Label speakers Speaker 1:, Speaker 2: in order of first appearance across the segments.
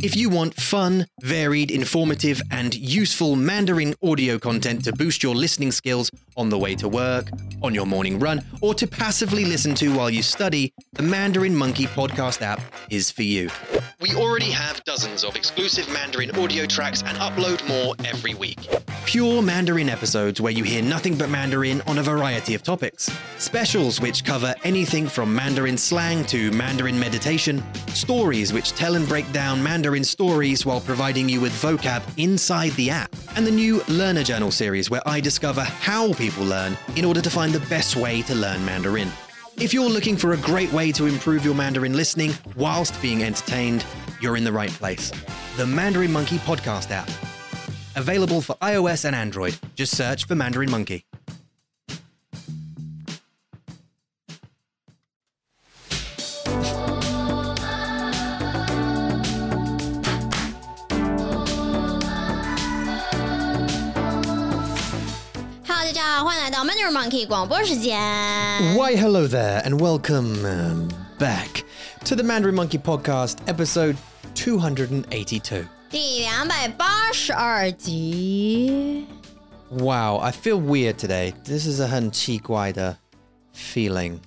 Speaker 1: If you want fun, varied, informative, and useful Mandarin audio content to boost your listening skills on the way to work, on your morning run, or to passively listen to while you study, the Mandarin Monkey podcast app is for you. We already have dozens of exclusive Mandarin audio tracks and upload more every week. Pure Mandarin episodes where you hear nothing but Mandarin on a variety of topics. Specials which cover anything from Mandarin slang to Mandarin meditation. Stories which tell and break down Mandarin stories while providing you with vocab inside the app. And the new Learner Journal series where I discover how people learn in order to find the best way to learn Mandarin. If you're looking for a great way to improve your Mandarin listening whilst being entertained, you're in the right place. The Mandarin Monkey podcast app. Available for iOS and Android. Just search for Mandarin Monkey.
Speaker 2: 哈喽，大家好，欢迎来到 Mandarin Monkey 广播时间。
Speaker 1: Why, hello there, and welcome um, back to the Mandarin Monkey podcast, episode 282.
Speaker 2: 第两百八十二集。
Speaker 1: Wow, I feel weird today. This is a 很奇怪的 feeling.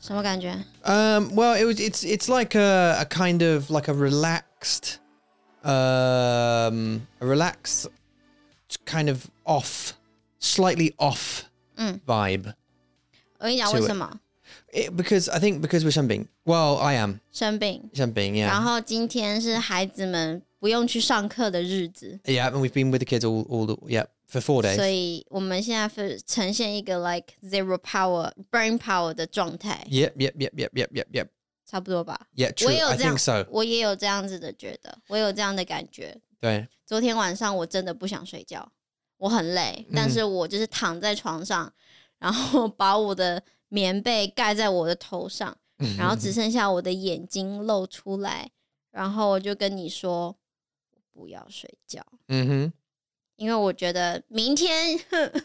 Speaker 2: 什么感觉？
Speaker 1: Um, well, it was it's it's like a, a kind of like a relaxed, um, a relaxed kind of off, slightly off vibe.
Speaker 2: 我跟你讲为什么
Speaker 1: It, because I think because we're something. Well, I am
Speaker 2: 生病，
Speaker 1: something.
Speaker 2: 然
Speaker 1: Yeah,
Speaker 2: 后今天是孩子们不用去上课的日子，
Speaker 1: yeah, and we've been with the kids all all the, yeah for four days.
Speaker 2: 所以我们现在是呈现一个 like zero power brain power 的状态，
Speaker 1: yep, yep, yep, yep, yep, yep, yep.
Speaker 2: 差不多吧。
Speaker 1: Yeah, true.
Speaker 2: 我也有
Speaker 1: I
Speaker 2: 这样
Speaker 1: think so.
Speaker 2: 我也有这样子的觉得，我有这样的感觉。
Speaker 1: 对，
Speaker 2: 昨天晚上我真的不想睡觉，我很累，但是我就是躺在床上，然后把我的棉被盖在我的头上，然后只剩下我的眼睛露出来，然后我就跟你说不要睡觉，
Speaker 1: 嗯哼。
Speaker 2: 因为我觉得明天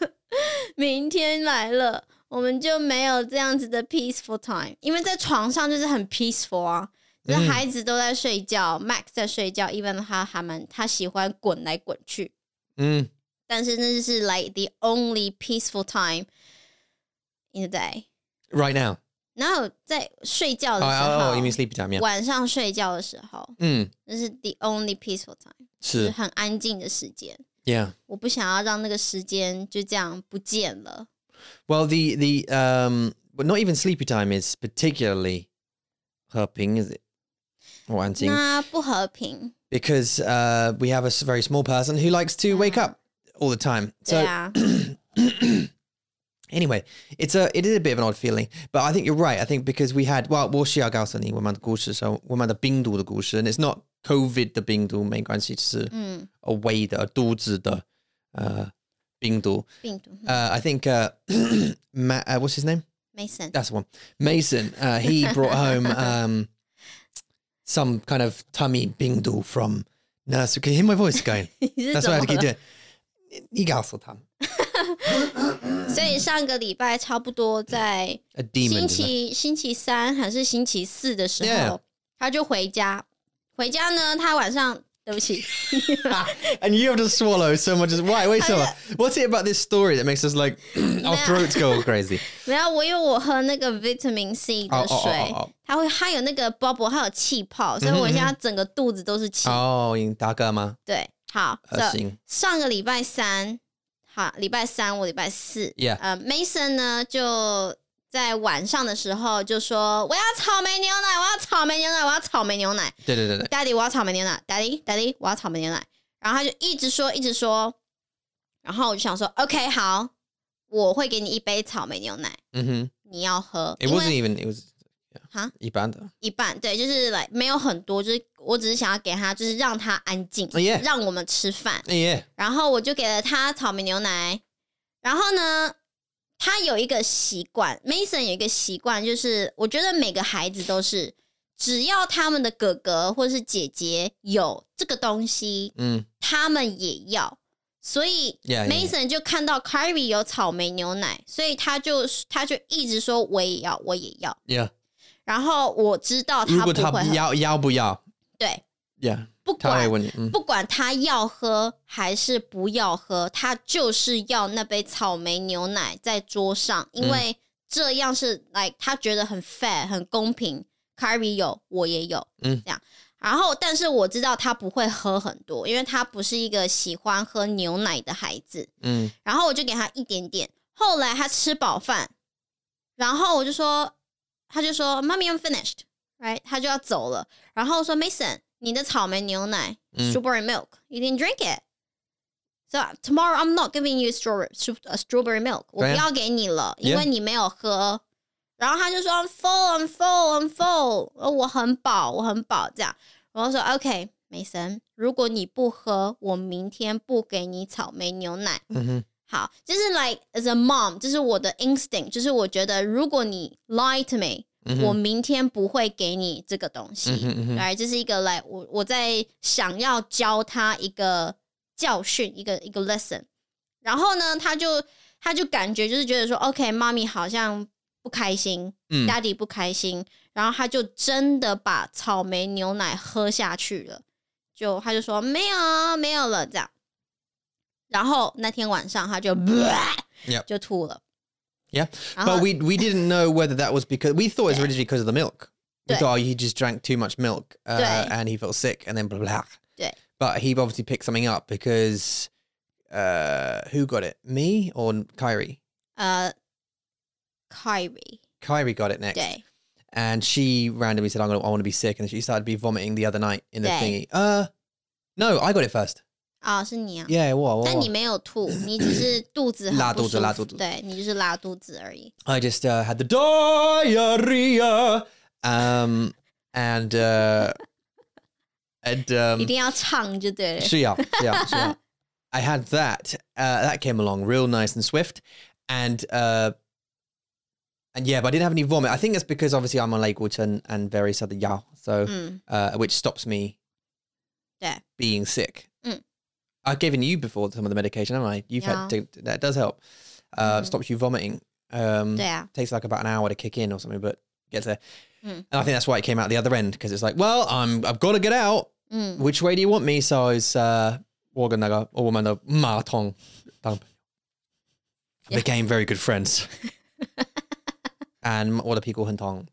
Speaker 2: 明天来了。我们就没有这样子的 peaceful time，因为在床上就是很 peaceful 啊，就是
Speaker 1: 嗯
Speaker 2: 孩子都在睡觉、m a x 在睡觉，even 他他们他喜欢滚来滚去，
Speaker 1: 嗯，
Speaker 2: 但是那就是 like the only peaceful time in the day。
Speaker 1: right now.
Speaker 2: 然后在睡觉
Speaker 1: Oh,
Speaker 2: 的时候
Speaker 1: oh, oh, you mean sleepy time? Yeah. Mm.
Speaker 2: 晚上睡觉的时候，
Speaker 1: 嗯，
Speaker 2: 那是 the only peaceful time，就是
Speaker 1: 是
Speaker 2: 很安静的时间。
Speaker 1: ，yeah.
Speaker 2: 我不想要让那个时间就这样不见了。
Speaker 1: Well, the the um, but not even sleepy time is particularly helping, is it? Or anting,
Speaker 2: 那不和平，
Speaker 1: because uh, we have a s- very small person who likes to wake up all the time.
Speaker 2: 对
Speaker 1: So
Speaker 2: 啊，
Speaker 1: anyway, it's a it is a bit of an odd feeling, but I think you're right. I think because we had well, 我是要告诉你我们的故事是我们的病毒的故事，and it's not COVID
Speaker 2: 嗯，
Speaker 1: 的病毒没关系，是
Speaker 2: 病毒嗯
Speaker 1: Uh, I think uh, Ma- uh, what's his name?
Speaker 2: Mason，
Speaker 1: That's the one. Mason. Uh, he brought home um, some kind of tummy bingdal from nursery. Can you hear my voice going?
Speaker 2: 你是
Speaker 1: That's what
Speaker 2: 怎
Speaker 1: I had
Speaker 2: 么
Speaker 1: to keep
Speaker 2: 了？
Speaker 1: doing. 你告诉他们
Speaker 2: 所以上个礼拜差不多在
Speaker 1: a demon. isn't it?
Speaker 2: 星期星期三还是星期四的时候
Speaker 1: Yeah.
Speaker 2: 他就回家。回家呢，他晚上对不起，
Speaker 1: and you have to swallow so much. As, why? Wait, so what's it about this story that makes us like our
Speaker 2: Yeah.
Speaker 1: throats go crazy? Oh,
Speaker 2: 没有我，因为我喝那个 vitamin C
Speaker 1: 哦
Speaker 2: 的
Speaker 1: 哦哦
Speaker 2: 水
Speaker 1: 哦嗯哦
Speaker 2: 它会它有那个 bubble，它有气泡，所以我现在整个肚子都是气。
Speaker 1: Oh, uh, in Dagama.
Speaker 2: 对，好，
Speaker 1: 恶
Speaker 2: 这
Speaker 1: 心
Speaker 2: 上个礼拜三，好，礼拜三我礼拜四
Speaker 1: Yeah.
Speaker 2: 呃，Mason 呢就在晚上的时候就说我要草莓牛奶，我要草莓牛奶，我要草莓牛奶。Daddy，我要草莓牛奶。Daddy，Daddy，我要草莓牛奶。然后他就一直说，一直说，然后我就想说，OK，好，我会给你一杯草莓牛奶，
Speaker 1: Mm-hmm.
Speaker 2: 你要喝，
Speaker 1: It
Speaker 2: 因
Speaker 1: wasn't
Speaker 2: 为
Speaker 1: even. It was. Yeah.
Speaker 2: Huh?
Speaker 1: Ibanda.
Speaker 2: 一半对，就是来没有很多，就是我只是想要给他，就是让他安静
Speaker 1: Yeah.
Speaker 2: 让我们吃饭。
Speaker 1: Yeah.
Speaker 2: 然后我就给了他草莓牛奶。然后呢，他有一个习惯，Mason 有一个习惯，就是我觉得每个孩子都是，只要他们的哥哥或是姐姐有这个东西，
Speaker 1: Mm.
Speaker 2: 他们也要。所以
Speaker 1: Yeah, yeah, yeah.
Speaker 2: Mason 就看到 c a r r y 有草莓牛奶，所以他就他就一直说我也要，我也要。
Speaker 1: Yeah.
Speaker 2: 然后我知道他不会喝，
Speaker 1: 如果他要要不要？
Speaker 2: 对，
Speaker 1: Yeah，
Speaker 2: 不
Speaker 1: 他会
Speaker 2: 管
Speaker 1: 问你，嗯，
Speaker 2: 不管他要喝还是不要喝，他就是要那杯草莓牛奶在桌上，因为这样是 like 他觉得很 fair 很公平。Carby 有，我也有，
Speaker 1: 嗯
Speaker 2: 嗯，这样。然后，但是我知道他不会喝很多，因为他不是一个喜欢喝牛奶的孩子。
Speaker 1: 嗯，
Speaker 2: 然后我就给他一点点。后来他吃饱饭，然后我就说，他就说妈咪 I'm finished，right？他就要走了。然后我说 Mason，你的草莓牛奶、
Speaker 1: 嗯
Speaker 2: strawberry milk，you didn't drink it。So tomorrow I'm not giving you strawberry stra- uh, strawberry milk，我不要给你了，因为你没有喝。然后他就说 I'm full, I'm full, I'm full，呃我很饱，我很饱这样。然后说 OK，梅森，如果你不喝，我明天不给你草莓牛奶。
Speaker 1: 嗯哼，
Speaker 2: 好，就是 like as a mom，就是我的 instinct，就是我觉得如果你 lie to me，、
Speaker 1: 嗯哼
Speaker 2: 我明天不会给你这个东西。
Speaker 1: 嗯哼，嗯哼，
Speaker 2: 来，这是一个来，我我在想要教他一个教训，一个一个 lesson。然后呢，他就他就感觉就是觉得说，OK，妈咪好像不开心，
Speaker 1: 嗯
Speaker 2: 家里不开心，然后他就真的把草莓牛奶喝下去了，就他就说没有啊没有了这样。然后那天晚上他就
Speaker 1: Yep
Speaker 2: 就吐了。
Speaker 1: Yeah，
Speaker 2: 然
Speaker 1: but
Speaker 2: 后
Speaker 1: we we didn't know whether that was because we thought it was really because of the milk. We
Speaker 2: Yeah.
Speaker 1: thought oh, he just drank too much milk uh,
Speaker 2: Yeah.
Speaker 1: and he felt sick, and then blah blah.
Speaker 2: Yeah.
Speaker 1: But he obviously picked something up because uh, who got it? Me or Kyrie?
Speaker 2: 呃，Kyrie
Speaker 1: Kyrie got it next,
Speaker 2: 对
Speaker 1: and she randomly said, "I'm gonna, I want to be sick," and she started to be vomiting the other night in the
Speaker 2: Yeah.
Speaker 1: thingy. Uh, no, I got it first.
Speaker 2: 啊、是你啊。
Speaker 1: Yeah, what?
Speaker 2: 但你没有 吐，你只是肚子很
Speaker 1: 哦拉
Speaker 2: 不
Speaker 1: 肚子
Speaker 2: 舒
Speaker 1: 拉
Speaker 2: 服
Speaker 1: 肚子
Speaker 2: 对你就是拉肚子而已。
Speaker 1: I just uh, had the diarrhea, um, and uh, and um,
Speaker 2: 一定要唱就对了。
Speaker 1: 是要，是要，是要。I had that. Uh, that came along real nice and swift, and uh, and yeah, but I didn't have any vomit. I think that's because obviously I'm on Lake Wooten and very southern Yao, so
Speaker 2: 嗯，
Speaker 1: uh, which stops me
Speaker 2: Mm. Yeah.
Speaker 1: being sick.
Speaker 2: Mm.
Speaker 1: I've given you before some of the medication, haven't I? You've had to, that does help. Uh,
Speaker 2: Mhm.
Speaker 1: Stops you vomiting. Um,
Speaker 2: 对啊，
Speaker 1: takes like about an hour to kick in or something, but gets there.
Speaker 2: Mm.
Speaker 1: And I think that's why it came out the other end because it's like, well, I'm I've got to get out.
Speaker 2: 嗯
Speaker 1: Which way do you want me? So it's uh, 我跟那个我们的马桶
Speaker 2: Yeah.
Speaker 1: became very good friends, and 我的屁股很痛.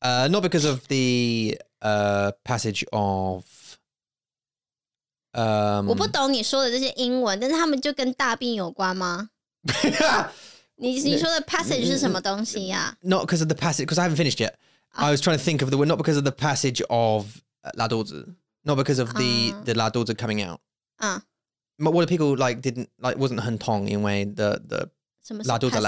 Speaker 1: Uh, not because of the uh passage of um.
Speaker 2: 我不懂你说的这些英文，但是他们就跟大病有关吗？你你说的 passage 是什么东西呀、
Speaker 1: not because of the passage because I haven't finished yet.
Speaker 2: Ah.
Speaker 1: I was trying to think of the word not because of the passage of uh, La Dorza, not because of the
Speaker 2: Ah.
Speaker 1: the La Dorza coming out.
Speaker 2: 啊？
Speaker 1: But what if people like didn't like wasn't Hentong in way the the
Speaker 2: 什么是
Speaker 1: 拉肚子
Speaker 2: passage？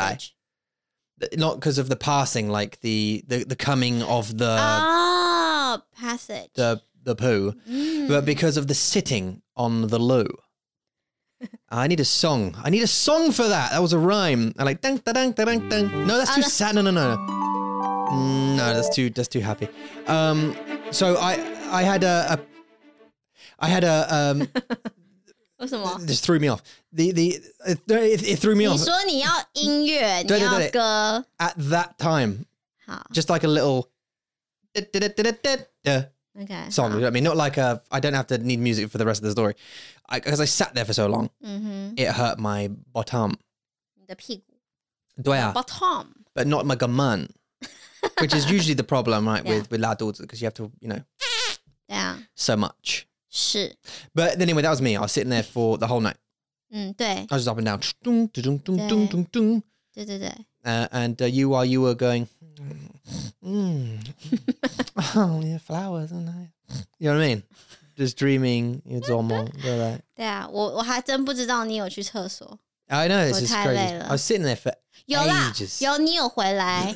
Speaker 1: 来not because of the passing, like the the, the coming of the
Speaker 2: Ah. 啊、p a s s a g e
Speaker 1: the the poo,
Speaker 2: 嗯
Speaker 1: but because of the sitting on the loo. I need a song. I need a song for that. That was a rhyme. I like dang da dang da dang dang. No, that's
Speaker 2: Oh,
Speaker 1: too
Speaker 2: that's-
Speaker 1: sad. No, no, no, no. Mm, No, that's too that's too happy. Um, so I I had a, a I had a um.
Speaker 2: 为什么？
Speaker 1: this threw me off. The the it, it, it threw me
Speaker 2: 你
Speaker 1: off
Speaker 2: 说你要音乐，你
Speaker 1: 对对
Speaker 2: 要
Speaker 1: 对
Speaker 2: 歌，
Speaker 1: at that time.
Speaker 2: 好
Speaker 1: Just like a little. da-da-da-da-da-da.
Speaker 2: ，OK，
Speaker 1: song. You know
Speaker 2: o
Speaker 1: what I mean? Not like a. I don't have to need music for the rest of the story, because I, sat there for so long.
Speaker 2: 嗯哼，
Speaker 1: It hurt my bottom.
Speaker 2: 你的屁股
Speaker 1: Doya,
Speaker 2: bottom，
Speaker 1: but not my gaman, which is usually the problem, right?
Speaker 2: Yeah.
Speaker 1: With with la because you have to, you know,
Speaker 2: 对啊，
Speaker 1: so much.
Speaker 2: 是，
Speaker 1: But anyway, that was me. I was sitting there for the whole night.
Speaker 2: 嗯，对，
Speaker 1: I was just up and down, Dung, dung, dung, dung, dung, dung.
Speaker 2: 对对对。
Speaker 1: Uh, and uh, you while you were going, mm, oh yeah, flowers, aren't they? You know what I mean? Just dreaming, it's all more. they're like-
Speaker 2: 对啊，我我还真不知道你有去厕所。
Speaker 1: I know it's
Speaker 2: Or
Speaker 1: just
Speaker 2: Thai
Speaker 1: crazy.
Speaker 2: Layla.
Speaker 1: I was sitting there for
Speaker 2: 有啦
Speaker 1: ages.，
Speaker 2: 有你有回来，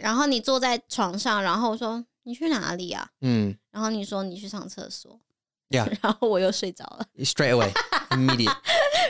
Speaker 2: 然后你坐在床上，然后我说你去哪里啊？
Speaker 1: Mm.
Speaker 2: 然后你说你去上厕所，
Speaker 1: Yeah,
Speaker 2: 然后我又睡着了，
Speaker 1: straight away, immediate.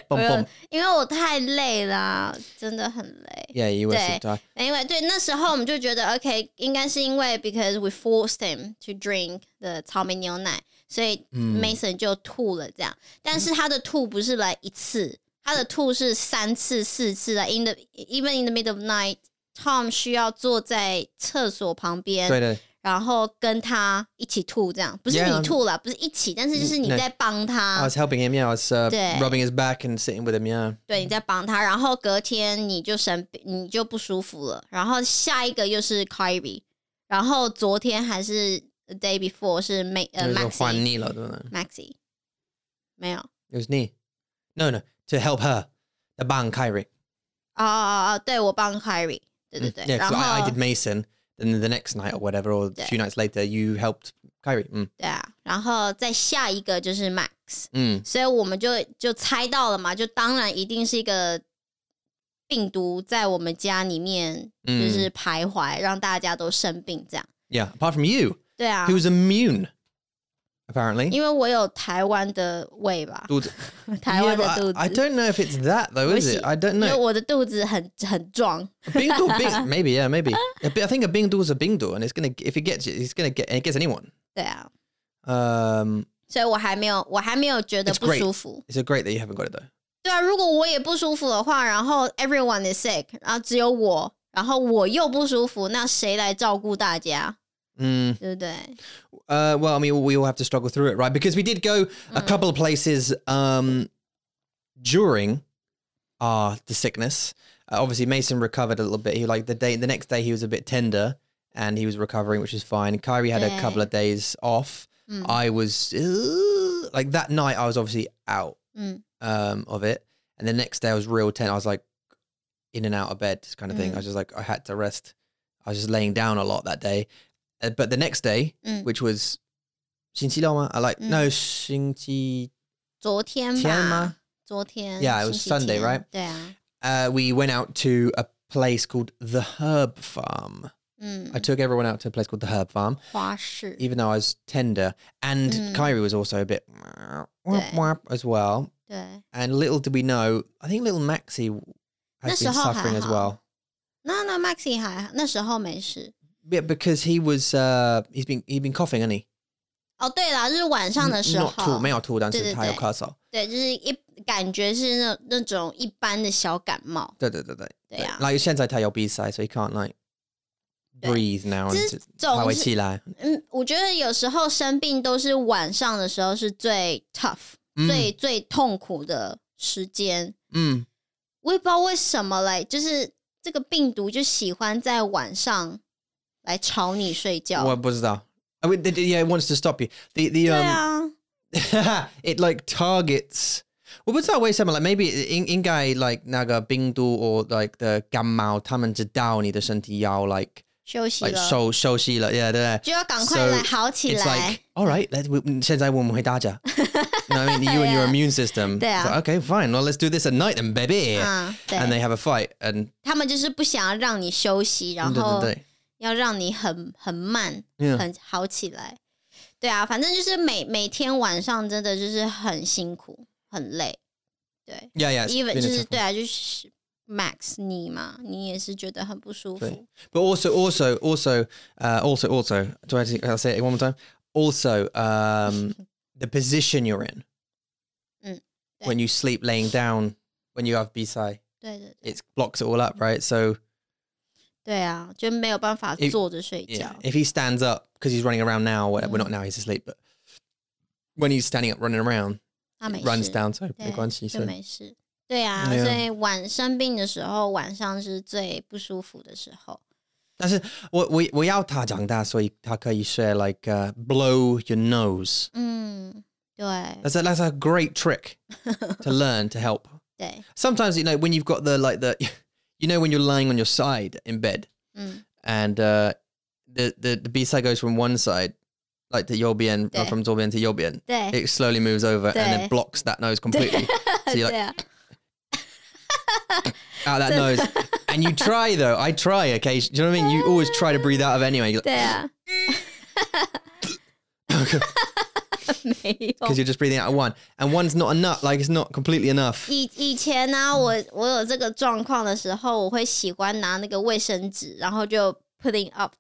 Speaker 2: 我
Speaker 1: Boom,
Speaker 2: 又
Speaker 1: boom.
Speaker 2: 因为我太累啦，真的很累。
Speaker 1: Yeah, you were
Speaker 2: Day.
Speaker 1: sick, Ty.
Speaker 2: Anyway，对，那时候我们就觉得 OK，应该是因为 because we forced him to drink the 草莓牛奶，所以
Speaker 1: 嗯
Speaker 2: Mason 就吐了这样。但是他的吐不是来一次，他的吐是三次、四次的。In the even in the middle of night，Tom 需要坐在厕所旁边，
Speaker 1: 对对，
Speaker 2: 然后跟他一起吐，这样不是
Speaker 1: Yeah. 嗯
Speaker 2: 你吐了不是一起，但是就是你
Speaker 1: 那啊
Speaker 2: 在帮
Speaker 1: I
Speaker 2: 他
Speaker 1: was，helping him. Yeah, I was uh,
Speaker 2: Yeah.
Speaker 1: rubbing his back and sitting with him. Yeah.
Speaker 2: 对，你在帮他，然后隔天你就生病，你就不舒服了，然后下一个又是 Kyrie，然后昨天还是 the day before 是 May 呃
Speaker 1: It was a Juan
Speaker 2: Maxi
Speaker 1: Nilo, wasn't it?
Speaker 2: Maxi，没有，
Speaker 1: It was knee. No, no, to help her. The bang Kyrie.
Speaker 2: 哦哦哦，对我帮 Kyrie，对对
Speaker 1: Mm.
Speaker 2: 嗯对，哎
Speaker 1: Yeah,
Speaker 2: 然
Speaker 1: 'cause
Speaker 2: 后
Speaker 1: I, I did Mason. Then the next night or whatever, or a
Speaker 2: Yeah.
Speaker 1: few nights later, you helped Kyrie. Mm.
Speaker 2: 对啊，然后再下一个就是 Max，
Speaker 1: Mm.
Speaker 2: 所以我们就就猜到了嘛，就当然一定是一个病毒在我们家里面就
Speaker 1: Mm.
Speaker 2: 是徘徊，让大家都生病这样。
Speaker 1: Yeah. Apart from you,
Speaker 2: 对啊
Speaker 1: who's immune, apparently.
Speaker 2: 因为我有台湾的胃吧，
Speaker 1: 肚子
Speaker 2: 台湾
Speaker 1: Yeah,
Speaker 2: 的
Speaker 1: but
Speaker 2: 肚
Speaker 1: I, I
Speaker 2: 子，
Speaker 1: don't know if it's that though, is it? I don't
Speaker 2: 因为
Speaker 1: know.
Speaker 2: 我的肚子很很壮，
Speaker 1: Bingo, bing, maybe, yeah, maybe. A bi- I think a bingo is a bingo, and it's gonna if it gets you, it's gonna get and it gets anyone.
Speaker 2: 对啊，
Speaker 1: Um,
Speaker 2: 所以我还没有我还没有觉得
Speaker 1: It's
Speaker 2: 不
Speaker 1: great.
Speaker 2: 舒服。
Speaker 1: it's a great that you haven't got it though.
Speaker 2: 对啊，如果我也不舒服的话，然后 everyone is sick，然后只有我，然后我又不舒服，那谁来照顾大家？
Speaker 1: Mm,
Speaker 2: 对不对？
Speaker 1: uh, well, I mean, we all have to struggle through it, right? Because we did go a couple of places um, during our the sickness. Uh, obviously, Mason recovered a little bit. He like the day the next day he was a bit tender and he was recovering, which is fine. Kyrie had a
Speaker 2: Yeah.
Speaker 1: couple of days off.
Speaker 2: 嗯
Speaker 1: I was uh, like that night. I was obviously out
Speaker 2: 嗯，
Speaker 1: um, of it, and the next day I was real tense. I was like in and out of bed, kind of thing.
Speaker 2: Mm.
Speaker 1: I was just like I had to rest. I was just laying down a lot that day, uh, but the next day,
Speaker 2: Mm.
Speaker 1: which was 星期六吗? I like
Speaker 2: Mm.
Speaker 1: no 星期
Speaker 2: 昨天
Speaker 1: 天吗
Speaker 2: 吧，昨天
Speaker 1: Yeah, it was
Speaker 2: 星期天
Speaker 1: Sunday, right?
Speaker 2: 对啊，
Speaker 1: Uh, we went out to a place called the Herb Farm.
Speaker 2: 嗯
Speaker 1: I，took everyone out to a place called the Herb Farm.
Speaker 2: 花市，
Speaker 1: even though I was tender. And
Speaker 2: Mm.
Speaker 1: Kyrie was also a bit
Speaker 2: Yeah.
Speaker 1: as well.
Speaker 2: 对，
Speaker 1: And little did we know, I think little Maxie has been
Speaker 2: 那时候还好。
Speaker 1: suffering as well.
Speaker 2: 那那 Maxi 还那时候没事。
Speaker 1: Yeah, because he was uh he's been he'd been coughing, hasn't he?
Speaker 2: 哦，对了，就是晚上的
Speaker 1: N- 嗯
Speaker 2: 时
Speaker 1: Not
Speaker 2: 候
Speaker 1: tall,，没有 tall
Speaker 2: 对，对，对。对，就是一感觉是那那种一般的小感冒，对啊。
Speaker 1: Like 现在他有比赛，so he can't like
Speaker 2: 对。
Speaker 1: breathe now
Speaker 2: 这
Speaker 1: and to-
Speaker 2: 总是
Speaker 1: 他会起来。
Speaker 2: 嗯，我觉得有时候生病都是晚上的时候是最 tough、
Speaker 1: 嗯
Speaker 2: 最最痛苦的时间。
Speaker 1: 嗯，
Speaker 2: 我也不知道为什么嘞，就是这个病毒就喜欢在晚上来吵你睡觉。
Speaker 1: 我不知道。I mean, they- they- yeah, it wants to stop you. The the
Speaker 2: 对
Speaker 1: um,
Speaker 2: 啊，
Speaker 1: it like targets. Well, what's that way similar? Like maybe in in guy like naga bingdu or like the gammao taman to down either senti yao like
Speaker 2: 休息
Speaker 1: like
Speaker 2: 了
Speaker 1: so so she like yeah there.
Speaker 2: 就要赶快来
Speaker 1: So
Speaker 2: 好起
Speaker 1: It's
Speaker 2: 来
Speaker 1: like。all right, let's since I won't hit daja. No, I mean you and your
Speaker 2: Yeah.
Speaker 1: immune system. It's
Speaker 2: Yeah.
Speaker 1: like, okay, fine. Well, let's do this at night then, baby.
Speaker 2: 嗯，
Speaker 1: And
Speaker 2: 对，
Speaker 1: they have a fight and
Speaker 2: 他们就是不想要让你休息，然
Speaker 1: and then
Speaker 2: 后
Speaker 1: they-
Speaker 2: 要让你很很慢，
Speaker 1: yeah.
Speaker 2: 很好起来。对啊，反正就是每每天晚上真的就是很辛苦，很累。对
Speaker 1: Yeah, yeah. it's
Speaker 2: ，even
Speaker 1: been a
Speaker 2: 就是
Speaker 1: tough
Speaker 2: 对啊，就是 Max 你嘛，你也是觉得很不舒
Speaker 1: 对
Speaker 2: 服。
Speaker 1: But also, also, also, uh, also, also. Do I have to, I'll say it one more time. Also, um, the position you're in
Speaker 2: Mm, yeah.
Speaker 1: when you sleep laying down when you have bisai,
Speaker 2: 对对对
Speaker 1: it blocks it all up, right? So
Speaker 2: 对啊，就没有办法
Speaker 1: If-
Speaker 2: 坐着睡
Speaker 1: yeah,
Speaker 2: 觉。
Speaker 1: if he stands up because he's running around now, well, well, not now he's asleep, but when he's standing up running around,
Speaker 2: 他没
Speaker 1: it runs
Speaker 2: 事，
Speaker 1: down. So
Speaker 2: 对
Speaker 1: 没关系,
Speaker 2: 就
Speaker 1: so-
Speaker 2: 没事。对啊，
Speaker 1: Yeah.
Speaker 2: 所以晚生病的时候，晚上是最不舒服的时候。
Speaker 1: 但是我我我要他长大，所以他可以学 like uh, blow your nose.
Speaker 2: 嗯，对
Speaker 1: That's a, that's a great trick to learn to help.
Speaker 2: 对，
Speaker 1: sometimes you know when you've got the like the you know when you're lying on your side in bed
Speaker 2: 嗯
Speaker 1: and uh the the, the b side goes from one side like to yobian
Speaker 2: Yeah.
Speaker 1: from zobien to yobian
Speaker 2: 对
Speaker 1: it slowly moves over and
Speaker 2: Yeah.
Speaker 1: then blocks that nose completely so you're
Speaker 2: 对
Speaker 1: like
Speaker 2: 啊，
Speaker 1: out that nose and you try though i try occasionally do you know what i mean you always try to breathe out of it anyway
Speaker 2: 对啊， 没有
Speaker 1: because。you're just breathing out of one and one's not enough like it's not completely enough
Speaker 2: 以以前呢、
Speaker 1: 嗯
Speaker 2: 我我有这个状况的时候，我会喜欢拿那个卫生纸，然后就 putting up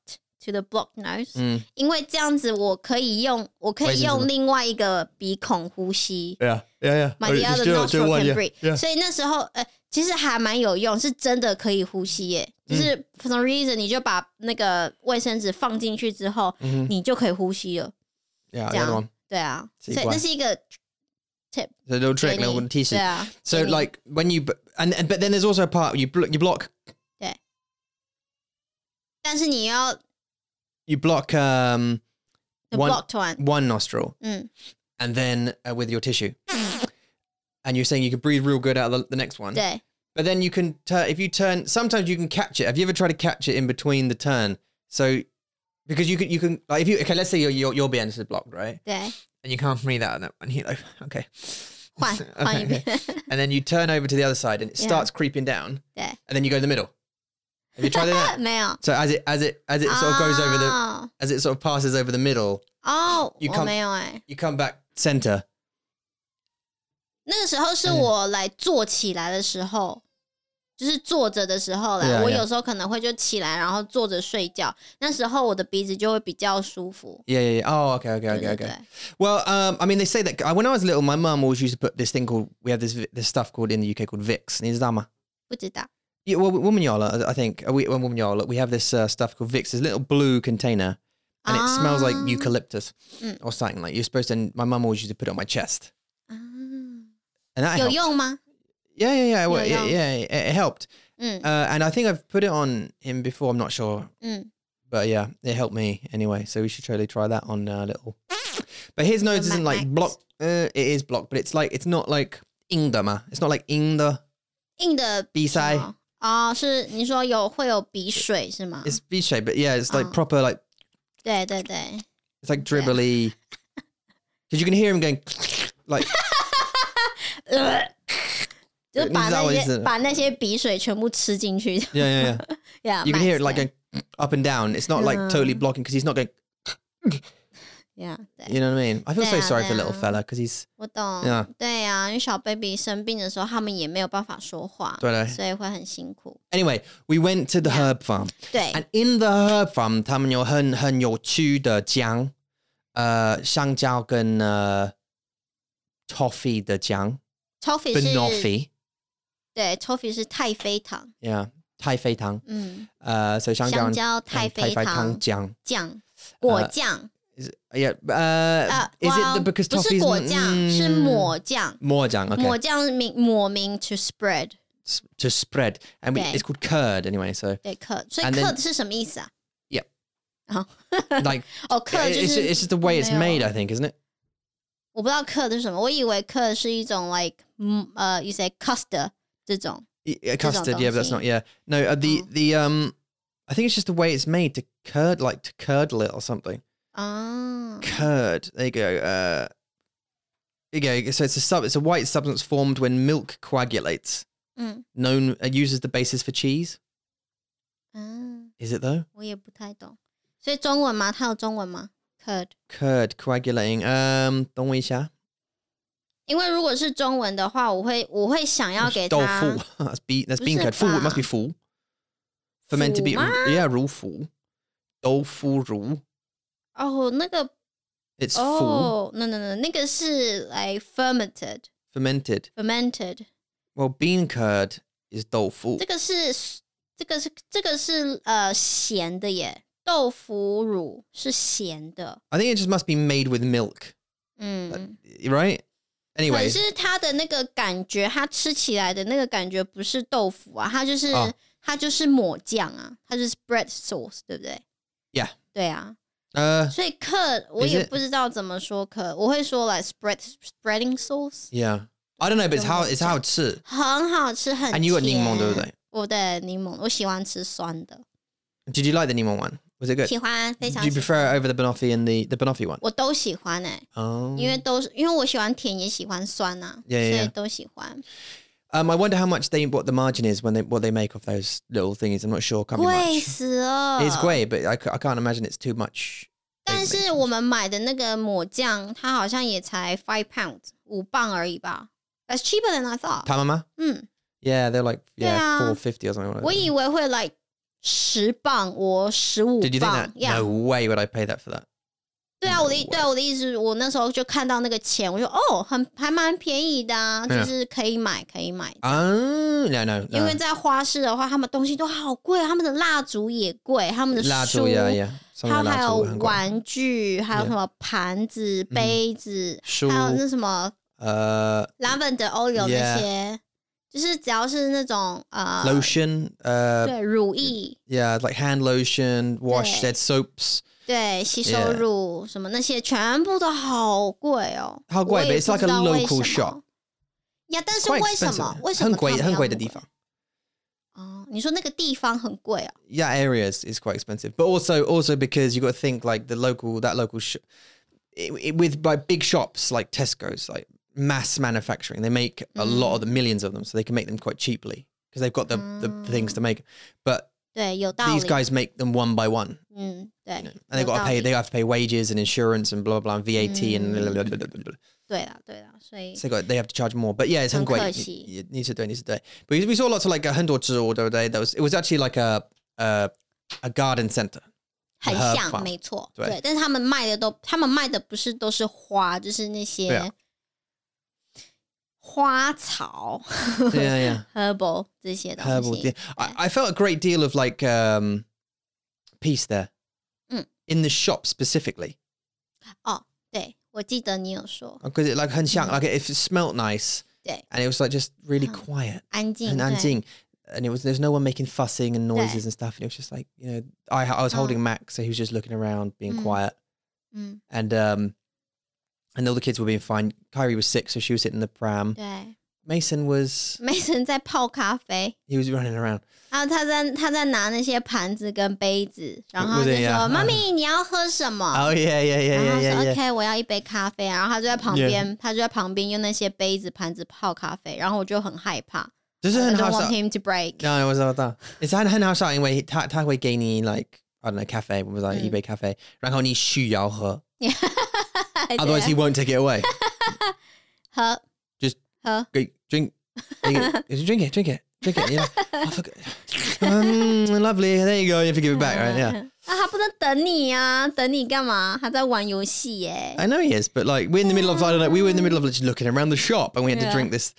Speaker 2: to the blocked nose，、
Speaker 1: Mm,
Speaker 2: 因为这样子我可以用我可
Speaker 1: 卫生
Speaker 2: 以
Speaker 1: 纸吗
Speaker 2: 用另外一个鼻孔呼吸。
Speaker 1: yeah yeah yeah
Speaker 2: My
Speaker 1: Oh,
Speaker 2: the
Speaker 1: just
Speaker 2: other
Speaker 1: do it, do it
Speaker 2: nostril
Speaker 1: one,
Speaker 2: can
Speaker 1: 啊 yeah,
Speaker 2: breathe，、
Speaker 1: yeah.
Speaker 2: 所以那时候，呃，其实还蛮有用，是真的可以呼吸耶。
Speaker 1: 嗯
Speaker 2: 就是 for some reason，你就把那个卫生纸放进去之后，
Speaker 1: Mhm.
Speaker 2: 你就可以呼吸了。
Speaker 1: Yeah,
Speaker 2: Yeah.
Speaker 1: another one.
Speaker 2: 对啊，
Speaker 1: 奇
Speaker 2: 所以
Speaker 1: 怪
Speaker 2: 这是一个 tip
Speaker 1: The little
Speaker 2: 给
Speaker 1: trick,
Speaker 2: 你
Speaker 1: little teaches.
Speaker 2: 对啊，
Speaker 1: So
Speaker 2: 给你
Speaker 1: like when you b- and, and but then there's also a part you bl- you block
Speaker 2: 但是你要
Speaker 1: you block um
Speaker 2: the
Speaker 1: One-
Speaker 2: blocked one，
Speaker 1: one nostril
Speaker 2: 嗯，
Speaker 1: and then uh, with your tissue, and you're saying you can breathe real good out of the, the next one.
Speaker 2: 对，
Speaker 1: But then you can turn if you turn. Sometimes you can catch it. Have you ever tried to catch it in between the turn? So because you can you can like if you okay let's say your your your BNS is blocked right
Speaker 2: 对，
Speaker 1: and you can't breathe out of that one. You like okay.
Speaker 2: 换换一遍，
Speaker 1: and then you turn over to the other side and it
Speaker 2: Yeah.
Speaker 1: starts creeping down.
Speaker 2: Yeah.
Speaker 1: And then you go to the middle. Have you tried that?
Speaker 2: 没有。
Speaker 1: So as it as it as it sort of goes over the
Speaker 2: 哦
Speaker 1: as it sort of passes over the middle,
Speaker 2: 哦，
Speaker 1: You
Speaker 2: 我
Speaker 1: come-
Speaker 2: 没有哎，
Speaker 1: you come back center.
Speaker 2: 那个时候是
Speaker 1: 嗯
Speaker 2: 我来坐起来的时候，就是坐着的时候
Speaker 1: 对啊
Speaker 2: 啦。我
Speaker 1: 对啊
Speaker 2: 有时候可能会就起来，然后坐着睡觉，那时候我的鼻子就会比较舒服。
Speaker 1: Yeah, yeah, yeah. Oh, okay, okay,
Speaker 2: 对
Speaker 1: okay,
Speaker 2: 对
Speaker 1: okay.
Speaker 2: 对，
Speaker 1: Well, um, I mean, they say that I, when I was little, my mum always used to put this thing called we have this vi- this stuff called in the UK called Vicks. Nizama.
Speaker 2: 不知道。
Speaker 1: Yeah, well, woman yola, I think uh, we well, woman yola, we have this uh, stuff called Vicks. This little blue container, and it smells like
Speaker 2: Ah.
Speaker 1: eucalyptus
Speaker 2: Mm.
Speaker 1: or something like. You're supposed to. And my mum always used to put it on my chest,
Speaker 2: 啊，
Speaker 1: and that
Speaker 2: 有
Speaker 1: helped.
Speaker 2: 用吗？
Speaker 1: Yeah, yeah, yeah. Well,
Speaker 2: Yeah,
Speaker 1: yeah, yeah, it, it helped.
Speaker 2: 嗯
Speaker 1: Uh, and I think I've put it on him before. I'm not sure,
Speaker 2: 嗯，
Speaker 1: but yeah, it helped me anyway. So we should totally try that on uh, little. But his nose
Speaker 2: Mac-
Speaker 1: isn't like
Speaker 2: Macs.
Speaker 1: blocked. Uh, it is blocked, but it's like it's not like ingdama. It's not like ingda
Speaker 2: 硬的
Speaker 1: b
Speaker 2: 什
Speaker 1: side.
Speaker 2: 么哦，是你说有会有鼻水是吗？
Speaker 1: It's b shape, but yeah, it's like
Speaker 2: Oh.
Speaker 1: proper like
Speaker 2: 对对对，
Speaker 1: it's like dribbly. Because you can hear him going like
Speaker 2: 呃就是把
Speaker 1: 你知道
Speaker 2: 那
Speaker 1: 我意
Speaker 2: 些
Speaker 1: 思
Speaker 2: 把那些鼻水全部吃进去。
Speaker 1: yeah yeah yeah.
Speaker 2: yeah，
Speaker 1: You can hear it like
Speaker 2: a
Speaker 1: going up and down. It's not like totally
Speaker 2: Mm.
Speaker 1: blocking because he's not going.
Speaker 2: yeah，对，
Speaker 1: You know what I mean? I feel so
Speaker 2: Yeah,
Speaker 1: sorry for little
Speaker 2: yeah.
Speaker 1: fella because he's
Speaker 2: 我懂
Speaker 1: Yeah.。
Speaker 2: 对呀，因为小 baby 生病的时候，他们也没有办法说话，
Speaker 1: 对
Speaker 2: 所以会很辛苦。
Speaker 1: anyway. We went to the
Speaker 2: Yeah.
Speaker 1: herb farm.
Speaker 2: 对
Speaker 1: And in the herb farm, 他们有很很有趣的姜，呃，香蕉跟呃 toffee 的姜
Speaker 2: ，toffee 是，
Speaker 1: ，banoffee，
Speaker 2: 对，toffee 是太妃糖，
Speaker 1: yeah，太妃糖，
Speaker 2: 嗯，
Speaker 1: 呃，所以香蕉
Speaker 2: 香蕉太妃
Speaker 1: 糖
Speaker 2: 糖
Speaker 1: 姜
Speaker 2: 酱果酱，
Speaker 1: ，is yeah，呃
Speaker 2: 呃
Speaker 1: ，is
Speaker 2: well，
Speaker 1: it the- because
Speaker 2: 不
Speaker 1: toffee
Speaker 2: 是
Speaker 1: is
Speaker 2: 果酱，是抹酱，
Speaker 1: 抹酱
Speaker 2: 抹
Speaker 1: ，okay，
Speaker 2: 酱名抹名 to spread。
Speaker 1: s- to spread and we,
Speaker 2: 对
Speaker 1: it's called curd anyway. So
Speaker 2: 对，克，所以
Speaker 1: And
Speaker 2: 克
Speaker 1: then-
Speaker 2: 是什么意思啊？
Speaker 1: Yep.
Speaker 2: 哦，
Speaker 1: like
Speaker 2: 哦，克就
Speaker 1: it's
Speaker 2: 是
Speaker 1: it's just the way it's
Speaker 2: 没有
Speaker 1: made, 啊 I think, isn't it?
Speaker 2: 我不知道克的是什么，我以为克是一种 like 嗯呃，you say custard 这种
Speaker 1: Y- yeah, E, uh, custard, yeah, but that's
Speaker 2: something.
Speaker 1: not yeah. No, uh, the
Speaker 2: Oh.
Speaker 1: the um, I think it's just the way it's made to curd, like to curdle it or something.
Speaker 2: 啊，
Speaker 1: Curd. There you go. Uh, there you go. So it's a sub. It's a white substance formed when milk coagulates.
Speaker 2: 嗯
Speaker 1: Known uh, used as the basis for cheese.
Speaker 2: 嗯，
Speaker 1: Is it though?
Speaker 2: 我也不太懂，所以中文吗？它有中文吗？curd，
Speaker 1: Curd coagulating. Um, 等我一下.
Speaker 2: 因为如果是中文的话，我会我会想要给
Speaker 1: That's
Speaker 2: 它
Speaker 1: 豆腐. that's be that's bean
Speaker 2: 不是
Speaker 1: curd. Full. It must be
Speaker 2: 吧？
Speaker 1: full. Fermented bean.
Speaker 2: 腐吗？
Speaker 1: Yeah, 乳腐. Doufu 乳.
Speaker 2: 哦，那个
Speaker 1: It's full.
Speaker 2: 哦，no no no，那个是 like fermented
Speaker 1: Fermented.
Speaker 2: fermented，
Speaker 1: Well, bean curd is doufu.
Speaker 2: 这个是这个是这个是呃咸的耶，豆腐乳是咸的，
Speaker 1: I think it just must be made with milk,
Speaker 2: 嗯。
Speaker 1: right?
Speaker 2: 可
Speaker 1: Anyway,
Speaker 2: 是它的那个感觉，它吃起来的那个感觉不是豆腐啊，它就是、
Speaker 1: 哦
Speaker 2: 它就是抹酱啊，它就是 bread sauce，对不对
Speaker 1: Yeah
Speaker 2: 对啊，
Speaker 1: uh,
Speaker 2: 所以克我
Speaker 1: Is
Speaker 2: 也
Speaker 1: it-
Speaker 2: 不知道怎么说克，我会说 like spread spreading sauce，
Speaker 1: yeah, I don't know, but it's how it's how it's
Speaker 2: 很好吃，很
Speaker 1: and you got
Speaker 2: 甜
Speaker 1: Nimon though, though.
Speaker 2: 我的柠檬，我喜欢吃酸的，
Speaker 1: Did you like the Nimon one? Was it good?
Speaker 2: 喜欢非
Speaker 1: Did
Speaker 2: 常
Speaker 1: you
Speaker 2: 喜
Speaker 1: prefer it over the banoffee and the the banoffee one?
Speaker 2: 我都喜欢哎、
Speaker 1: Oh,
Speaker 2: 因为都是因为我喜欢甜，也喜欢酸呐、啊
Speaker 1: Yeah, yeah,
Speaker 2: 所以
Speaker 1: yeah.
Speaker 2: 都喜欢。
Speaker 1: um, I wonder how much they what the margin is when they what they make of those little thingies. I'm not sure. Can't be
Speaker 2: 贵
Speaker 1: much.
Speaker 2: 死了，
Speaker 1: It's great, but I, c- I can't imagine it's too much. they
Speaker 2: 但
Speaker 1: make.
Speaker 2: 是我们买的那个抹酱，它好像也才 five pounds 五磅而已吧？That's cheaper than I thought。
Speaker 1: Tamama?
Speaker 2: 嗯，
Speaker 1: Yeah, they're like yeah, four
Speaker 2: Yeah.
Speaker 1: fifty or something. Like
Speaker 2: 我以
Speaker 1: that.
Speaker 2: 为会 like 十磅，我十五
Speaker 1: Did you think
Speaker 2: 磅
Speaker 1: that? No way would I pay that for that.
Speaker 2: 对啊，我的对啊，我的意思是，我那时候就看到那个钱，我就哦，很还蛮便宜的、啊，
Speaker 1: 对
Speaker 2: 就
Speaker 1: 啊
Speaker 2: 是可以买，可以买。
Speaker 1: Um, no, no.
Speaker 2: 因
Speaker 1: no.
Speaker 2: 为在花市的话，他们东西都好贵，他们的蜡烛也贵，他们的书，
Speaker 1: 蜡烛，yeah, yeah. Some
Speaker 2: 还
Speaker 1: of the 蜡
Speaker 2: 有还有
Speaker 1: 烛很贵。嗯
Speaker 2: 玩具，还有什么盘子、杯子，
Speaker 1: 书，
Speaker 2: 还有那什么
Speaker 1: 呃
Speaker 2: lavender oil 那
Speaker 1: Yeah
Speaker 2: 些，就是只要是那种呃
Speaker 1: ，lotion，呃
Speaker 2: 对乳液、
Speaker 1: ，yeah, like hand lotion, wash
Speaker 2: 对
Speaker 1: dead soaps.
Speaker 2: 对吸收
Speaker 1: Yeah
Speaker 2: 乳什么那些，全部都好贵哦，
Speaker 1: 好贵
Speaker 2: 我也
Speaker 1: but it's
Speaker 2: 不
Speaker 1: like
Speaker 2: 知
Speaker 1: a
Speaker 2: 道为
Speaker 1: local
Speaker 2: 什么
Speaker 1: shop
Speaker 2: 呀，但是
Speaker 1: Quite
Speaker 2: 为什么
Speaker 1: expensive.
Speaker 2: 为什么
Speaker 1: 很贵-
Speaker 2: 他们要那么
Speaker 1: 很贵的地方。
Speaker 2: 哦，你说那个地方很贵哦，
Speaker 1: Yeah, area is, is quite expensive, but also also because you got to think like the local that local sh- it, it- with like big shops like Tesco's like mass manufacturing. They make a lot of the millions of them, so they can make them quite cheaply because they've got the, the things to make. But
Speaker 2: 对，有道
Speaker 1: these
Speaker 2: 理，
Speaker 1: guys make them one by one,
Speaker 2: 嗯，对，
Speaker 1: you know,
Speaker 2: 有
Speaker 1: and they've got to
Speaker 2: 道
Speaker 1: pay.
Speaker 2: 理
Speaker 1: They have to pay wages and insurance and blah blah blah, and VAT and blah, blah, blah, blah, blah, blah.
Speaker 2: 对啦，对啦，所以
Speaker 1: So they got they have to charge more. But yeah, it's
Speaker 2: 很可
Speaker 1: 很
Speaker 2: 惜。
Speaker 1: 贵，你你是对你是对。But we- we saw lots of like a 很多植物，对不对？That was it was actually like a a a garden center.
Speaker 2: 很
Speaker 1: 很
Speaker 2: 像，
Speaker 1: 棒
Speaker 2: 没错，
Speaker 1: 对
Speaker 2: 对。但是他们卖的都，他们卖的不是都是花，就是那
Speaker 1: 对
Speaker 2: 些
Speaker 1: 啊
Speaker 2: 花草
Speaker 1: Yeah, yeah.
Speaker 2: herbal 这些东西。
Speaker 1: 啊 herbal de- I, I felt a great deal of like um peace there
Speaker 2: Mm.
Speaker 1: in the shop specifically
Speaker 2: 对，我记得你有说
Speaker 1: because it like 很像 like if it smelt nice
Speaker 2: 对。
Speaker 1: and it was like just really
Speaker 2: Ah.
Speaker 1: quiet
Speaker 2: 安
Speaker 1: and
Speaker 2: 静，对
Speaker 1: anjing and it was there's no one making fussing and noises and stuff and it was just like you know I I was
Speaker 2: Ah.
Speaker 1: holding Max so he was just looking around being
Speaker 2: Mm.
Speaker 1: quiet
Speaker 2: 嗯，
Speaker 1: and um and all the kids were being fine Kyrie was sick so she was sitting in the pram
Speaker 2: 对。
Speaker 1: Mason was
Speaker 2: 梅森在泡咖啡，
Speaker 1: he was running around
Speaker 2: 然后他在他在拿那些盘子跟杯子，然后
Speaker 1: 我
Speaker 2: 就
Speaker 1: 对呀
Speaker 2: 说：“妈咪，你要喝什么？”
Speaker 1: oh yeah yeah yeah
Speaker 2: 然
Speaker 1: yeah yeah
Speaker 2: 后他说
Speaker 1: yeah
Speaker 2: OK，我要一杯咖啡啊。然后他就在旁边，他就在旁边用那些杯子、盘子泡咖啡。然后我就很害怕，
Speaker 1: 就是
Speaker 2: I
Speaker 1: 很
Speaker 2: don't
Speaker 1: 好
Speaker 2: want him to break。
Speaker 1: No, 我知道，我知道。It's 很很好笑，因为他他会给你 like I don't know cafe，我不知道
Speaker 2: 嗯
Speaker 1: 一杯咖啡，然后你需要喝
Speaker 2: 啊
Speaker 1: ，otherwise
Speaker 2: 对
Speaker 1: he won't take it away.
Speaker 2: 喝
Speaker 1: Just-
Speaker 2: 喝
Speaker 1: Go drink, drink it, drink it, drink it, drink it. Yeah, I forgot. Um, lovely. There you go. You have to give it back, right? Yeah.
Speaker 2: 嗯啊，他不能等你啊，等你干嘛？他在玩游戏耶。
Speaker 1: I know he is, but like we're in the middle of I don't know. We were in the middle of just looking around the shop, and we had
Speaker 2: Yeah.
Speaker 1: to drink this.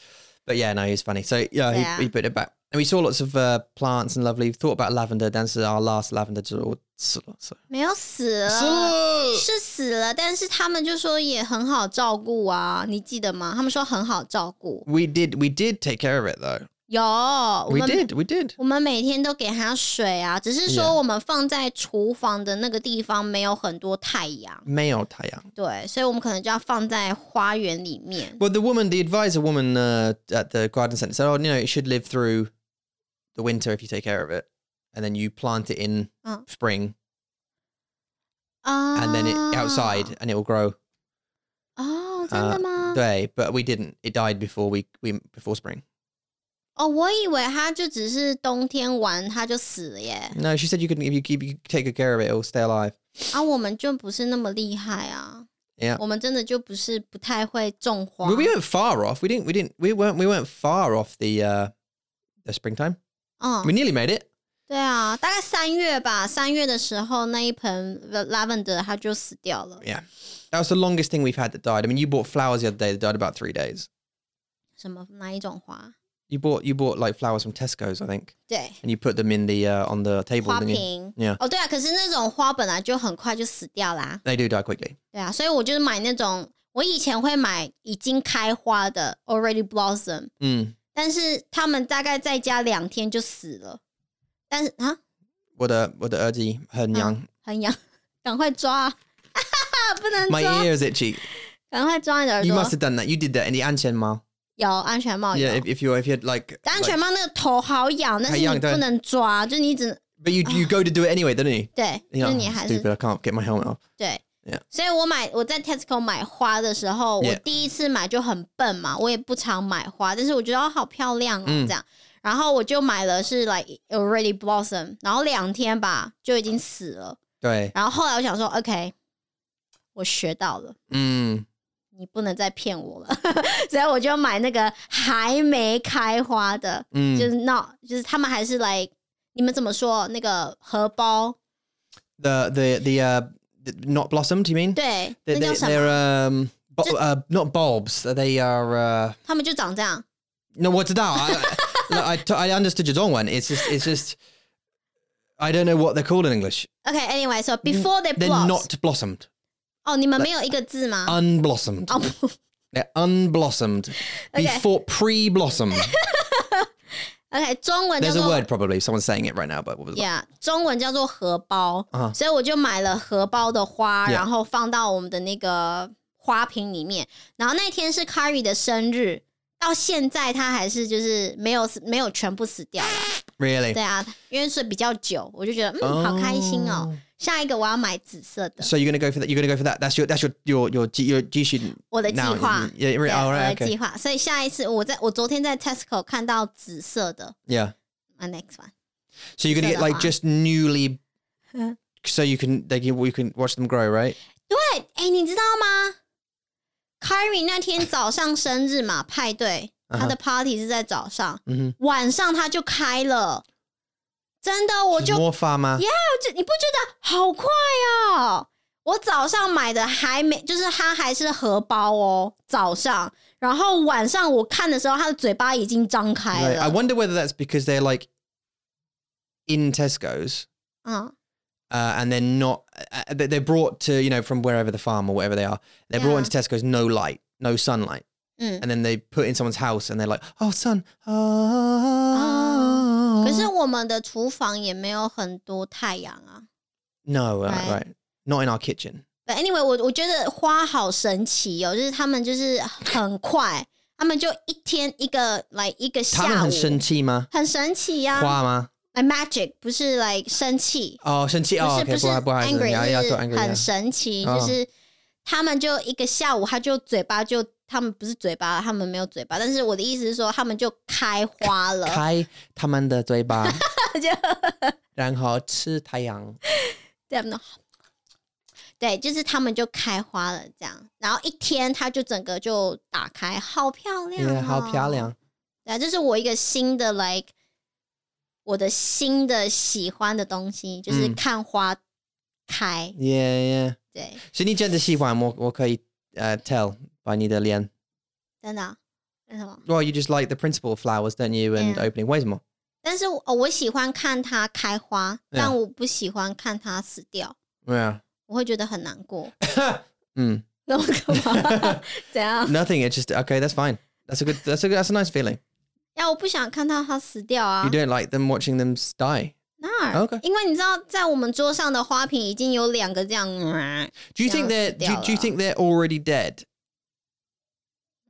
Speaker 1: But yeah, no, he was funny. So yeah,
Speaker 2: Yeah.
Speaker 1: he, he put it back, and we saw lots of uh, plants and lovely. Thought about lavender. Then so our last lavender. So, so, so.
Speaker 2: 没有死了，
Speaker 1: So-
Speaker 2: 是死了，但是他们就说也很好照顾啊，你记得吗？他们说很好照顾。
Speaker 1: We did we did take care of it though.
Speaker 2: 有，我
Speaker 1: We
Speaker 2: 们
Speaker 1: did, we did.
Speaker 2: 我们每天都给它水啊，只是说
Speaker 1: Yeah.
Speaker 2: 我们放在厨房的那个地方没有很多太阳，
Speaker 1: 没有太阳。
Speaker 2: 对，所以我们可能就要放在花园里面。
Speaker 1: Well, the woman, the advisor woman uh, at the garden centre said, "Oh, you know, it should live through the winter if you take care of it, and then you plant it in
Speaker 2: Mm.
Speaker 1: spring,
Speaker 2: 啊
Speaker 1: and then it
Speaker 2: Ah.
Speaker 1: outside, 呃 and it will grow."
Speaker 2: 哦，真的吗？
Speaker 1: Day, but we didn't. It died before we, we before spring.
Speaker 2: 哦，我以为它就只是冬天玩它就死了耶，
Speaker 1: No, she said you can if you keep you take good care of it, it will stay alive.
Speaker 2: 啊，我们就不是那么厉害啊
Speaker 1: Yeah.
Speaker 2: 我们真的就不是不太会种花
Speaker 1: We, we weren't far off. We didn't. We didn't. We weren't. We weren't far off the uh, the springtime.
Speaker 2: 嗯
Speaker 1: We，nearly made it.
Speaker 2: 对啊，大概三月吧，三月的时候那一盆呃 lavender 它就死掉了，
Speaker 1: Yeah. That was the longest thing we've had that died. I mean, you bought flowers the other day that died about three days.
Speaker 2: 什么哪一种花？
Speaker 1: You bought you bought like flowers from Tesco's, I think,
Speaker 2: 对。
Speaker 1: and you put them in the uh, on the table.
Speaker 2: 花
Speaker 1: didn't you?
Speaker 2: 瓶。
Speaker 1: Yeah.
Speaker 2: 哦，对啊，可是那种花本来就很快就死掉啦，
Speaker 1: They do die quickly.
Speaker 2: 对啊，所以我就是买那种，我以前会买已经开花的 already blossom，
Speaker 1: Mm.
Speaker 2: 但是他们大概在家两天就死了，但是啊，
Speaker 1: What a what a urgy hen young.
Speaker 2: 很痒，赶快抓、啊，不能
Speaker 1: My
Speaker 2: 抓，
Speaker 1: ear is itchy.
Speaker 2: 赶快抓你的耳
Speaker 1: You must have
Speaker 2: 朵。
Speaker 1: done that. You did that in the Anchen Mall.
Speaker 2: 有安全帽有
Speaker 1: Oh, Yeah, if, if you if you had like,
Speaker 2: 但安全
Speaker 1: like-
Speaker 2: 帽那个头好痒，但是
Speaker 1: 很
Speaker 2: 你
Speaker 1: 痒对
Speaker 2: 不能抓，就你只能
Speaker 1: but you you go to do it anyway, don't you?
Speaker 2: 对，就
Speaker 1: You're like,
Speaker 2: 是你
Speaker 1: "Oh,
Speaker 2: 还是
Speaker 1: stupid. 哎 I can't get my helmet off.
Speaker 2: 对
Speaker 1: Yeah.
Speaker 2: 所以我买我在 Tesco 买花的时候
Speaker 1: Yeah.
Speaker 2: 我第一次买就很笨嘛，我也不常买花，但是我觉得哦好漂亮哦、
Speaker 1: 嗯
Speaker 2: 这样，然后我就买了是 like already blossom，然后两天吧就已经死了，
Speaker 1: 对，
Speaker 2: 然后后来我想说 OK，我学到了。
Speaker 1: Mm,
Speaker 2: 你不能再骗我了， 所以我就买那个还没开花的，
Speaker 1: mm. 嗯
Speaker 2: 就是 not，就是他们还是来、你们怎么说那个荷包
Speaker 1: The the the uh th- not blossomed. You mean?
Speaker 2: 对，
Speaker 1: They,
Speaker 2: 那
Speaker 1: they,
Speaker 2: 叫什么？
Speaker 1: are um, bu-
Speaker 2: Ju-
Speaker 1: uh, not bulbs. They are. Uh,
Speaker 2: 他们就长这样。
Speaker 1: no, what's that? I, I, I, t- I understood your Dongwon. It's just. It's just. I don't know what they're called in English.
Speaker 2: Okay, anyway, so before they
Speaker 1: They're
Speaker 2: blossom，
Speaker 1: not blossomed.
Speaker 2: 哦，你们没有一个字吗？
Speaker 1: Unblossomed.
Speaker 2: 哦 不
Speaker 1: They're unblossomed.
Speaker 2: Oh. Okay.
Speaker 1: Before pre-blossom.
Speaker 2: ，OK，中文叫
Speaker 1: There's a
Speaker 2: 做
Speaker 1: word probably. Someone's saying it right now, but what was it?
Speaker 2: yeah，中文叫做荷包
Speaker 1: 啊
Speaker 2: 所以我就买了荷包的花
Speaker 1: Yeah
Speaker 2: 然后放到我们的那个花瓶里面。然后那天是 Carrie 的生日，到现在他还是就是没有死，没有全部死掉了。
Speaker 1: Really? Oh.
Speaker 2: 对啊，因为是比较久，我就觉得嗯，好开心哦。下一个我要买紫色的，
Speaker 1: So you're gonna go for that? You're gonna go for that? That's your that's your your your G, your G sheet.
Speaker 2: 我的计
Speaker 1: now.
Speaker 2: 划。
Speaker 1: Yeah. you're
Speaker 2: 对啊
Speaker 1: Right. All
Speaker 2: 我
Speaker 1: right.
Speaker 2: 的
Speaker 1: Okay.
Speaker 2: 计划，所以下一次我在我昨天在 Tesco 看到紫色的
Speaker 1: Yeah.
Speaker 2: ，my next one。
Speaker 1: So you're gonna
Speaker 2: So
Speaker 1: get
Speaker 2: that
Speaker 1: like
Speaker 2: one.
Speaker 1: just newly.
Speaker 2: Huh.
Speaker 1: So you can they can we can watch them grow, right?
Speaker 2: 对，哎、你知道吗？Kyrie 那天早上生日嘛，派对，
Speaker 1: 嗯哼
Speaker 2: 他的 party 是在早上，
Speaker 1: Mm-hmm.
Speaker 2: 晚上他就开了，真的，我就
Speaker 1: More farmer.
Speaker 2: Yeah. 就你不觉得好快哦？我早上买的还没，就是它还是荷包哦，早上，然后晚上我看的时候，它的嘴巴已经张开
Speaker 1: Right. I
Speaker 2: 了，
Speaker 1: wonder whether that's because they're like in Tesco's.
Speaker 2: 嗯，
Speaker 1: Uh, and they're not. Uh, they- they're brought to you know from wherever the farm or wherever they are. They're
Speaker 2: Yeah.
Speaker 1: brought into Tesco's, no light, no sunlight,
Speaker 2: Mm.
Speaker 1: and then they put in someone's house, and they're like, "Oh, sun." Oh.
Speaker 2: 可是我们的厨房也没有很多太阳啊。
Speaker 1: no, right.
Speaker 2: Right.
Speaker 1: right, not in our kitchen.
Speaker 2: But anyway，我我觉得花好神奇哦，就是他们就是很快，他们就一天一个来一个下
Speaker 1: 他
Speaker 2: 午，
Speaker 1: 们很生气吗？
Speaker 2: 很神奇呀、
Speaker 1: 花吗？
Speaker 2: 来 magic 不是来生气，
Speaker 1: 哦，生气，
Speaker 2: 不
Speaker 1: 哦，
Speaker 2: 是
Speaker 1: Oh, okay，
Speaker 2: 不是
Speaker 1: 不好意思，
Speaker 2: angry，
Speaker 1: yeah, yeah, I
Speaker 2: 是
Speaker 1: thought angry,
Speaker 2: 很
Speaker 1: yeah.
Speaker 2: 神奇，
Speaker 1: 哦
Speaker 2: 就是他们就一个下午，他就嘴巴就他们不是嘴巴，他们没有嘴巴，但是我的意思是说，他们就开花了，
Speaker 1: 开他们的嘴巴，
Speaker 2: 就
Speaker 1: 然后吃太阳。
Speaker 2: 对不对，就是他们就开花了这样，然后一天它就整个就打开，好漂亮、
Speaker 1: Yeah, 好漂亮。
Speaker 2: 对啊，这是我一个新的 like 我的新的喜欢的东西，就是
Speaker 1: 嗯
Speaker 2: 看花开。
Speaker 1: Yeah, yeah.
Speaker 2: 对，
Speaker 1: 所以你真的喜欢，我-我可以，呃，tell uh, by 你的脸。
Speaker 2: 真的啊、为什么？
Speaker 1: Well, you just like the principle of flowers, don't you? And
Speaker 2: Yeah.
Speaker 1: opening. 为什么？
Speaker 2: 但是我哦，我喜欢看它开花，
Speaker 1: 对啊
Speaker 2: 但我不喜欢看它死掉，
Speaker 1: Yeah.
Speaker 2: 我会觉得很难过。
Speaker 1: Mm.
Speaker 2: 那我干嘛？ 怎样？
Speaker 1: Nothing. It's just okay. That's fine. That's a good. That's a good. That's a nice feeling.
Speaker 2: 呀，我不想看到它死掉啊
Speaker 1: You！don't like them watching them s- die.
Speaker 2: 那儿
Speaker 1: OK
Speaker 2: 因为你知道，在我们桌上的花瓶已经有两个这样，嗯
Speaker 1: Do you think they're? Do you, do you think they're already dead,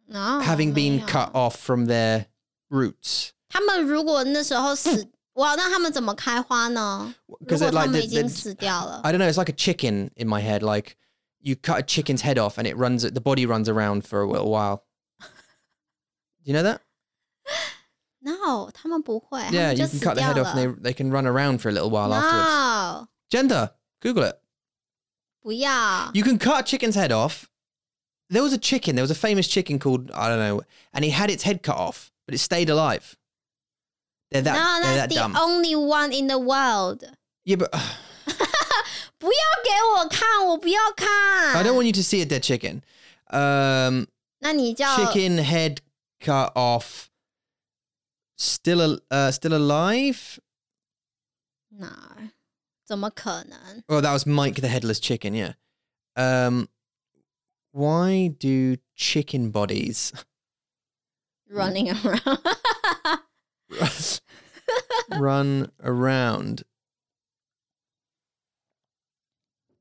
Speaker 2: 然后
Speaker 1: having
Speaker 2: 没
Speaker 1: been
Speaker 2: 有
Speaker 1: cut off from their roots?
Speaker 2: 他们如果那时 候死，哇，那他们怎么开花呢？如
Speaker 1: Because
Speaker 2: 果
Speaker 1: it
Speaker 2: 他
Speaker 1: like the,
Speaker 2: 们已经
Speaker 1: the,
Speaker 2: 死掉了，
Speaker 1: I don't know. It's like a chicken in my head. Like you cut a chicken's head off, and it runs. The body runs around for a little while. Do you know that?
Speaker 2: no，他们不会，他
Speaker 1: yeah, you
Speaker 2: 们就
Speaker 1: can
Speaker 2: 死
Speaker 1: cut the
Speaker 2: 掉
Speaker 1: head off,
Speaker 2: 了。
Speaker 1: and they they can run around for a little while afterwards.
Speaker 2: no，
Speaker 1: Gender, Google it.
Speaker 2: 不要，
Speaker 1: You can cut a chicken's head off. There was a chicken. There was a famous chicken called I don't know, and he had its head cut off, but it stayed alive. They're that.
Speaker 2: no,
Speaker 1: they're
Speaker 2: that's
Speaker 1: that
Speaker 2: the
Speaker 1: dumb.
Speaker 2: only one in the world。
Speaker 1: Yeah, but
Speaker 2: 不要给我看，我不要看。
Speaker 1: I don't want you to see a dead chicken. Um,
Speaker 2: 那你叫
Speaker 1: chicken head cut off still al- uh, still alive
Speaker 2: 哪儿？怎么可能？
Speaker 1: well Oh, that was mike the headless chicken yeah um why do chicken bodies
Speaker 2: running
Speaker 1: Mm
Speaker 2: around
Speaker 1: run around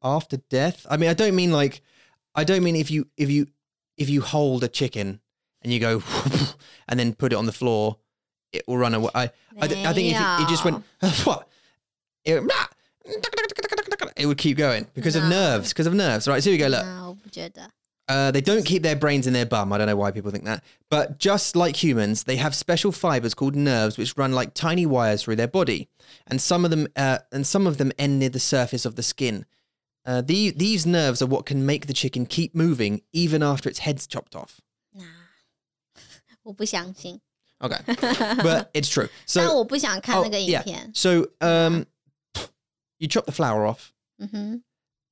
Speaker 1: after death i mean i don't mean like i don't mean if you if you if you hold a chicken and you go and then put it on the floor it will run away i I, th- I think if it, it just went, what? It, it would keep going because of
Speaker 2: No.
Speaker 1: nerves. Because of nerves, right? So here we go. Look,
Speaker 2: 啊，我不觉得。
Speaker 1: uh, they don't keep their brains in their bum. I don't know why people think that. But just like humans, they have special fibers called nerves, which run like tiny wires through their body, and some of them, uh, and some of them end near the surface of the skin. Uh, the, these nerves are what can make the chicken keep moving even after its head's chopped off.
Speaker 2: 那我不相信，
Speaker 1: Okay, but it's true.
Speaker 2: 但
Speaker 1: So
Speaker 2: 我不想看那
Speaker 1: Oh,
Speaker 2: 个
Speaker 1: yeah.
Speaker 2: 影片。
Speaker 1: so um, you chop the flower off.
Speaker 2: 嗯哼，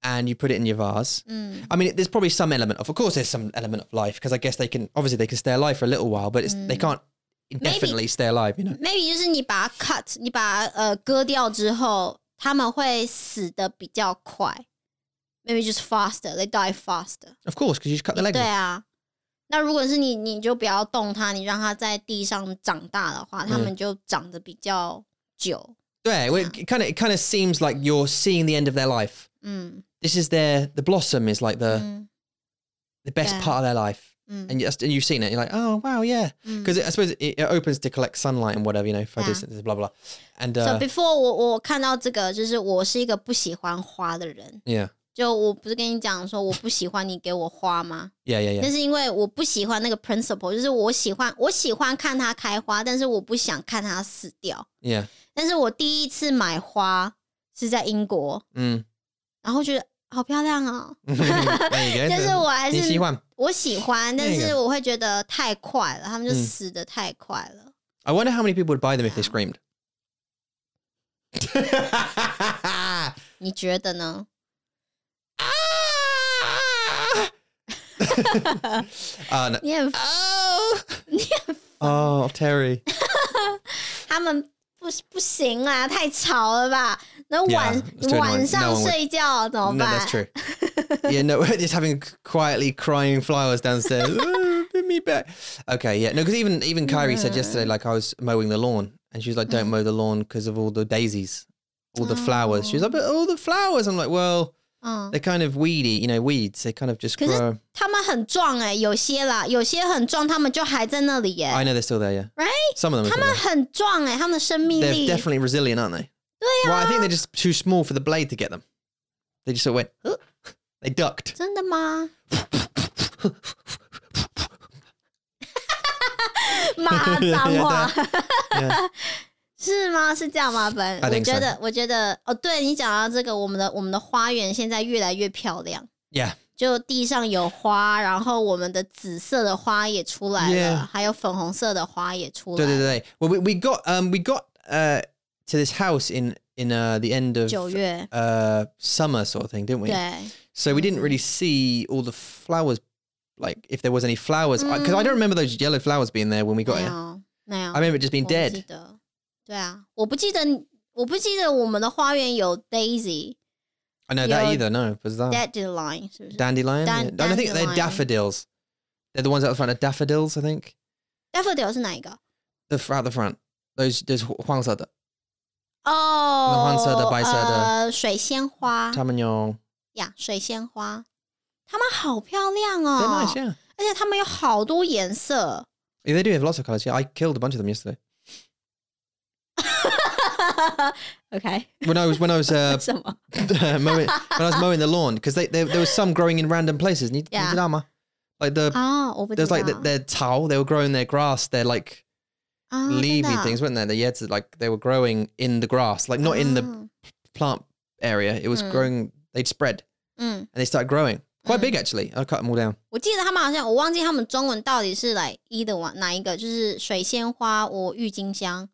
Speaker 1: and you put it in your vase.
Speaker 2: Mm.
Speaker 1: I mean, there's probably some element of, of course, there's some element of life because I guess they can obviously they can stay alive for a little while, but it's, they
Speaker 2: Mm.
Speaker 1: can't indefinitely stay alive, you know.
Speaker 2: Maybe 就是你把它 cut，你把它呃割掉之后，他们会死的比较快。Maybe just faster, they die faster.
Speaker 1: Of course, because you just cut the legs.
Speaker 2: 对
Speaker 1: off.
Speaker 2: 啊，那如果是你，你就不要动它，你让它在地上长大的话，它们就长得比较久。
Speaker 1: Yeah, well, it kind of it kind of seems like you're seeing the end of their life.
Speaker 2: 嗯
Speaker 1: This is their the blossom is like the
Speaker 2: 嗯
Speaker 1: the best
Speaker 2: Mm. Yeah. Mm.
Speaker 1: part of their life,
Speaker 2: 嗯
Speaker 1: and, you, and you've seen it. You're like, oh wow, yeah,
Speaker 2: 嗯。
Speaker 1: because I suppose it, it opens to collect sunlight and whatever, you know, photosynthesis, blah blah, and
Speaker 2: So
Speaker 1: uh,
Speaker 2: before 我我看到这个，就是我是一个不喜欢花的人。
Speaker 1: yeah,
Speaker 2: 就我不是跟你讲说我不喜欢你给我花吗？
Speaker 1: yeah, yeah, yeah.
Speaker 2: 那是因为我不喜欢那个 principle，就是我喜欢我喜欢看它开花，但是我不想看它死掉。
Speaker 1: Yeah.
Speaker 2: 但是我第一次买花是在英国，
Speaker 1: Mm.
Speaker 2: 然后觉得好漂亮哦，
Speaker 1: there you
Speaker 2: 但是
Speaker 1: go.
Speaker 2: 我还是
Speaker 1: Nishiwan.
Speaker 2: 我喜欢，
Speaker 1: 那
Speaker 2: 但
Speaker 1: 个
Speaker 2: 是我会觉得太快了，他们就
Speaker 1: 嗯
Speaker 2: 死的太快了。
Speaker 1: I wonder how many people would buy them if they screamed. Ah!
Speaker 2: 你觉得呢？
Speaker 1: uh, no.
Speaker 2: 你很
Speaker 1: Oh! oh, Terry.
Speaker 2: 他们不不行啊，太吵了吧？那晚
Speaker 1: Yeah, it's too annoying.
Speaker 2: 晚
Speaker 1: No
Speaker 2: 上
Speaker 1: one would-
Speaker 2: 睡觉怎么
Speaker 1: No,
Speaker 2: 办
Speaker 1: that's true. yeah, no, we're just having quietly crying flowers downstairs. "Oh, Put me back. Okay, yeah, no, because even even Kyrie said yesterday, like I was mowing the lawn, and she was like, "Don't mow the lawn because of all the daisies, all the flowers." She was like, "But all the flowers." I'm like, "Well,
Speaker 2: 嗯，
Speaker 1: they're kind of weedy, you know, weeds. They kind of just
Speaker 2: 'Cause it's-
Speaker 1: grow."
Speaker 2: 他们很壮哎、有些啦，有些很壮，他们就还在那里耶、
Speaker 1: I know they're still there, yeah.
Speaker 2: Right?
Speaker 1: Some of them. Are
Speaker 2: 他
Speaker 1: still
Speaker 2: 们
Speaker 1: there.
Speaker 2: 很壮哎、他们的生命
Speaker 1: They're
Speaker 2: 力啊
Speaker 1: definitely resilient, aren't they? Well, I think they're just too small for the blade to get them. They just sort of went. "Huh." They ducked.
Speaker 2: 真的吗？骂脏话
Speaker 1: Yeah.
Speaker 2: 是吗？是这样吗？本
Speaker 1: I
Speaker 2: 我
Speaker 1: think so.
Speaker 2: 觉得，我觉得哦，对你讲到这个，我们的我们的花园现在越来越漂亮，
Speaker 1: Yeah.
Speaker 2: 就地上有花，然后我们的紫色的花也出来了
Speaker 1: Yeah.
Speaker 2: 还有粉红色的花也出来
Speaker 1: 对对
Speaker 2: 了。
Speaker 1: 对，well, we we got um we got uh to this house in in uh the end of
Speaker 2: 九月，
Speaker 1: uh summer sort of thing, didn't we?
Speaker 2: 对，
Speaker 1: So we didn't really see all the flowers, like if there was any flowers, because I, don't remember those yellow flowers being there when we got
Speaker 2: 没
Speaker 1: here.
Speaker 2: 有没有
Speaker 1: 哎 I，remember it just
Speaker 2: 我
Speaker 1: being
Speaker 2: 不记
Speaker 1: dead.
Speaker 2: 得。对啊，我不记得，我不记得我们的花园有 Daisy、
Speaker 1: I know that
Speaker 2: Your
Speaker 1: either. No, was that
Speaker 2: Dandelion，是不是
Speaker 1: dandelion?
Speaker 2: Dan-
Speaker 1: yeah. And I think they're
Speaker 2: dandelion.
Speaker 1: daffodils. They're the ones out the front of daffodils. I think
Speaker 2: ？Daffodil 是哪一个？
Speaker 1: the fr- out the front. Those those 黄色的
Speaker 2: 哦，
Speaker 1: 那黄色的白色的
Speaker 2: 呃，水仙花
Speaker 1: tamarind.
Speaker 2: 呀，水仙花，它们好漂亮
Speaker 1: They're
Speaker 2: 哦
Speaker 1: nice, yeah.
Speaker 2: 而且它们有好多颜色。
Speaker 1: yeah. They do have lots of colors. Yeah, I killed a bunch of them yesterday.
Speaker 2: OK，
Speaker 1: When I was when I was uh,
Speaker 2: 什么？
Speaker 1: mowing, when I was mowing the lawn because they, they, there was some growing in random places. Ni-
Speaker 2: Yeah. Ah,
Speaker 1: Nijidama. Like the
Speaker 2: 啊，我不知
Speaker 1: there's
Speaker 2: 道。
Speaker 1: like the, their towel. They were growing their grass. They're like
Speaker 2: 啊真的
Speaker 1: leafy things, weren't they? The yeds like they were growing in the grass, like not in the
Speaker 2: 啊
Speaker 1: plant area. It was
Speaker 2: Mm.
Speaker 1: growing. They'd spread
Speaker 2: 嗯，
Speaker 1: and they started growing quite
Speaker 2: Mm.
Speaker 1: big actually. I cut them all down.
Speaker 2: 我记得他们好像，我忘记他们中文到底是来一的往哪一个，就是水仙花，我郁金香。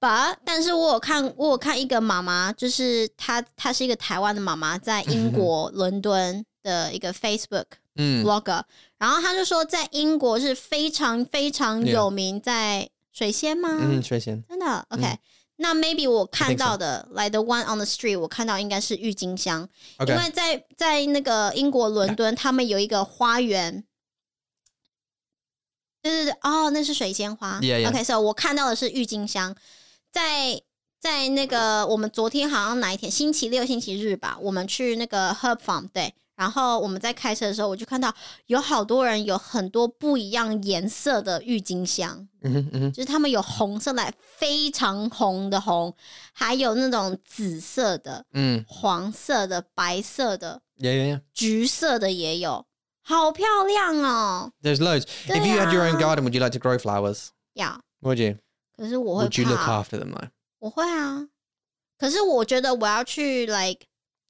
Speaker 2: But 但是我有看，我有看一个妈妈，就是她，她是一个台湾的妈妈，在 英国伦敦的一个 Facebook
Speaker 1: Mm.
Speaker 2: blogger，、然后她就说在英国是非常非常
Speaker 1: Yeah.
Speaker 2: 有名，在水仙吗
Speaker 1: Mm, Tracy.
Speaker 2: 真的，OK、
Speaker 1: 嗯
Speaker 2: 那 maybe 我看
Speaker 1: think so.
Speaker 2: 到的，like the one on the street，我看到应该是郁金香
Speaker 1: Okay.
Speaker 2: 因为在在那个英国伦敦，他们有一个花园。对对对，哦，那是水仙花。
Speaker 1: Yeah, yeah.
Speaker 2: OK，so、我看到的是郁金香，在在那个我们昨天好像哪一天，星期六、星期日吧，我们去那个 Herb Farm 对，然后我们在开车的时候，我就看到有好多人有很多不一样颜色的郁金香。
Speaker 1: Mhm, mhm.
Speaker 2: 就是他们有红色的，非常红的红，还有那种紫色的、
Speaker 1: Mm.
Speaker 2: 黄色的、白色的、
Speaker 1: Yeah, yeah, yeah.
Speaker 2: 橘色的也有，好漂亮哦
Speaker 1: There's loads. If you had your own
Speaker 2: Yeah.
Speaker 1: garden, would you like to grow flowers?
Speaker 2: 呀
Speaker 1: Would you?
Speaker 2: 可是我会
Speaker 1: Would you look
Speaker 2: 怕，
Speaker 1: after them though?
Speaker 2: 我会啊。可是我觉得我要去 like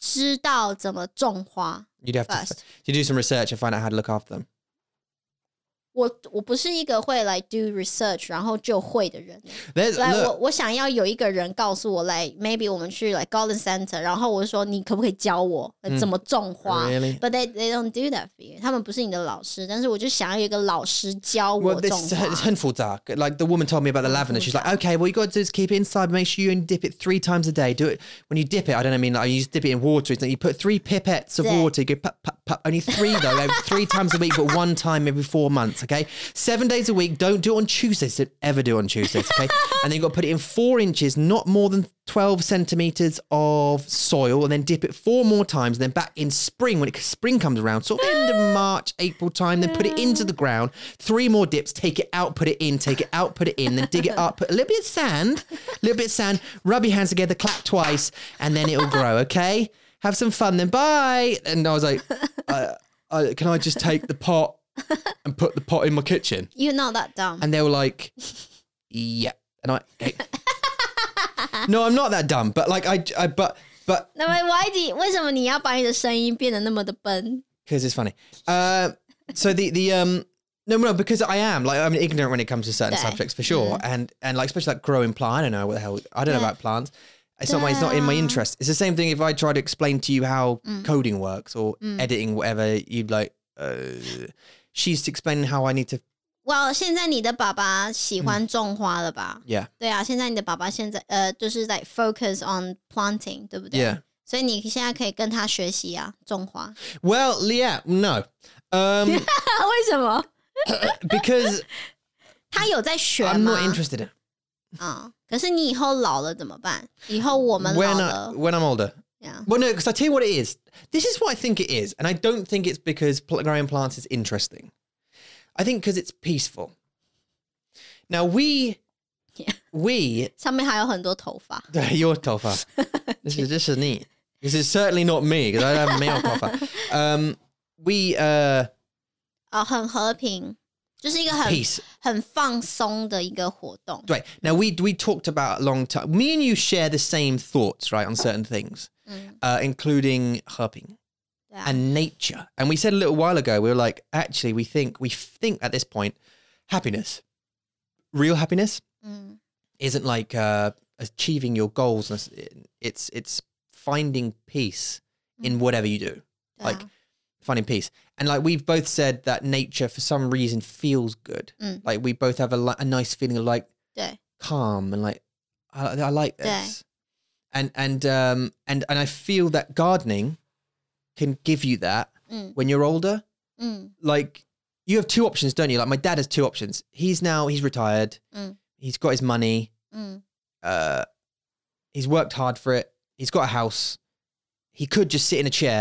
Speaker 2: 知道怎么种花
Speaker 1: You'd have to,
Speaker 2: first。
Speaker 1: to do some research and find out how to look after them.
Speaker 2: 我我不是一个会来 do research 然后就会的 人，
Speaker 1: There's
Speaker 2: 来
Speaker 1: look,
Speaker 2: 我我想要有一个人告诉我，来 maybe 我们去 like garden center，然后我就说你可不可以教我呃怎么种花、
Speaker 1: 嗯 Really?
Speaker 2: But they they don't do that for you，他们不是你的老师，但是我就想要有一个老师教
Speaker 1: Well,
Speaker 2: 我
Speaker 1: this
Speaker 2: 种
Speaker 1: is
Speaker 2: 花。
Speaker 1: 很复杂. Like the woman told me about the lavender. She's like, okay, what you got to do is keep it inside. Make sure you dip it three times a day. Do it when you dip it. I don't know, I mean like you just dip it in water. It's like you put three pipettes of
Speaker 2: Yeah.
Speaker 1: water. You go pop, pop, pop. Only three though. like, three times a week, but one time every four months. Okay, seven days a week. Don't do it on Tuesdays. Don't ever do it on Tuesdays. Okay, and then you got to put it in four inches, not more than twelve centimeters of soil, and then dip it four more times. then back in spring when it, spring comes around, sort of end of March, April time. Then put it into the ground. Three more dips. Take it out. Put it in. Take it out. Put it in. Then dig it up. Put a little bit of sand. A little bit of sand. Rub your hands together. Clap twice, and then it'll grow. Okay. Have some fun then. Bye. And I was like, uh, uh, can I just take the pot and put the pot in my kitchen?
Speaker 2: You're not that dumb.
Speaker 1: And they were like, yeah. And I, okay. no, I'm not that dumb, but like, I, I but, but,
Speaker 2: 那么 why d 为什么你要把你的声音变得那么的笨？
Speaker 1: because it's funny. Uh, so the, the, um, no, no, because I am like I'm ignorant when it comes to certain
Speaker 2: Yeah.
Speaker 1: subjects for sure, and and like especially like growing plant. I don't know what the hell. I don't know
Speaker 2: Yeah.
Speaker 1: about plants. It's not my, it's not in my
Speaker 2: Yeah.
Speaker 1: interest. It's the same thing if I try to explain to you how coding works or editing whatever. You'd like. Uh, she's explaining how I need to.
Speaker 2: 哇、现在你的爸爸喜欢种花了吧？
Speaker 1: Yeah,
Speaker 2: 对啊，现在你的爸爸现在呃就是在 focus on planting，对不对
Speaker 1: yeah.
Speaker 2: 所以你现在可以跟他学习啊，种花。
Speaker 1: Well, yeah, no. Um,
Speaker 2: 为什么？
Speaker 1: because
Speaker 2: 他有在学
Speaker 1: I'm
Speaker 2: 吗？
Speaker 1: not interested in.
Speaker 2: 嗯，可是你以后老了怎么办？以后我们
Speaker 1: When
Speaker 2: 老
Speaker 1: I,
Speaker 2: 了，
Speaker 1: when uh, I'm older.
Speaker 2: Yeah.
Speaker 1: Well, no, because I tell you what it is. This is what I think it is, and I don't think it's because pl- growing plants is interesting. I think because it's peaceful. Now we,
Speaker 2: Yeah.
Speaker 1: we,
Speaker 2: 上面还有很多头发。
Speaker 1: your tofa. this is this is neat. This is certainly not me because I don't have male tofa. Um, we uh,
Speaker 2: 啊、很和平，就是一个很
Speaker 1: peace.
Speaker 2: 很放松的一个活动。
Speaker 1: Right now, we we talked about a long time. Me and you share the same thoughts, right, on certain things,
Speaker 2: Mm.
Speaker 1: uh, including herping
Speaker 2: Yeah.
Speaker 1: and nature. And we said a little while ago, we were like, actually, we think we think at this point, happiness, real happiness,
Speaker 2: 嗯，
Speaker 1: isn't like uh, achieving your goals. and s- It's it's finding peace
Speaker 2: Mm-hmm.
Speaker 1: in whatever you do,
Speaker 2: 对
Speaker 1: like
Speaker 2: 啊，
Speaker 1: finding peace. And like we've both said that nature, for some reason, feels good.
Speaker 2: Mm.
Speaker 1: Like we both have a, li- a nice feeling of like
Speaker 2: 对
Speaker 1: calm and like I, I like
Speaker 2: Yeah.
Speaker 1: this and and um and and i feel that gardening can give you that
Speaker 2: Mm.
Speaker 1: when you're older
Speaker 2: 嗯
Speaker 1: like you have two options don't you like my dad has two options he's now he's retired
Speaker 2: Mm.
Speaker 1: he's got his money
Speaker 2: 嗯
Speaker 1: uh he's worked hard for it he's got a house he could just sit in a chair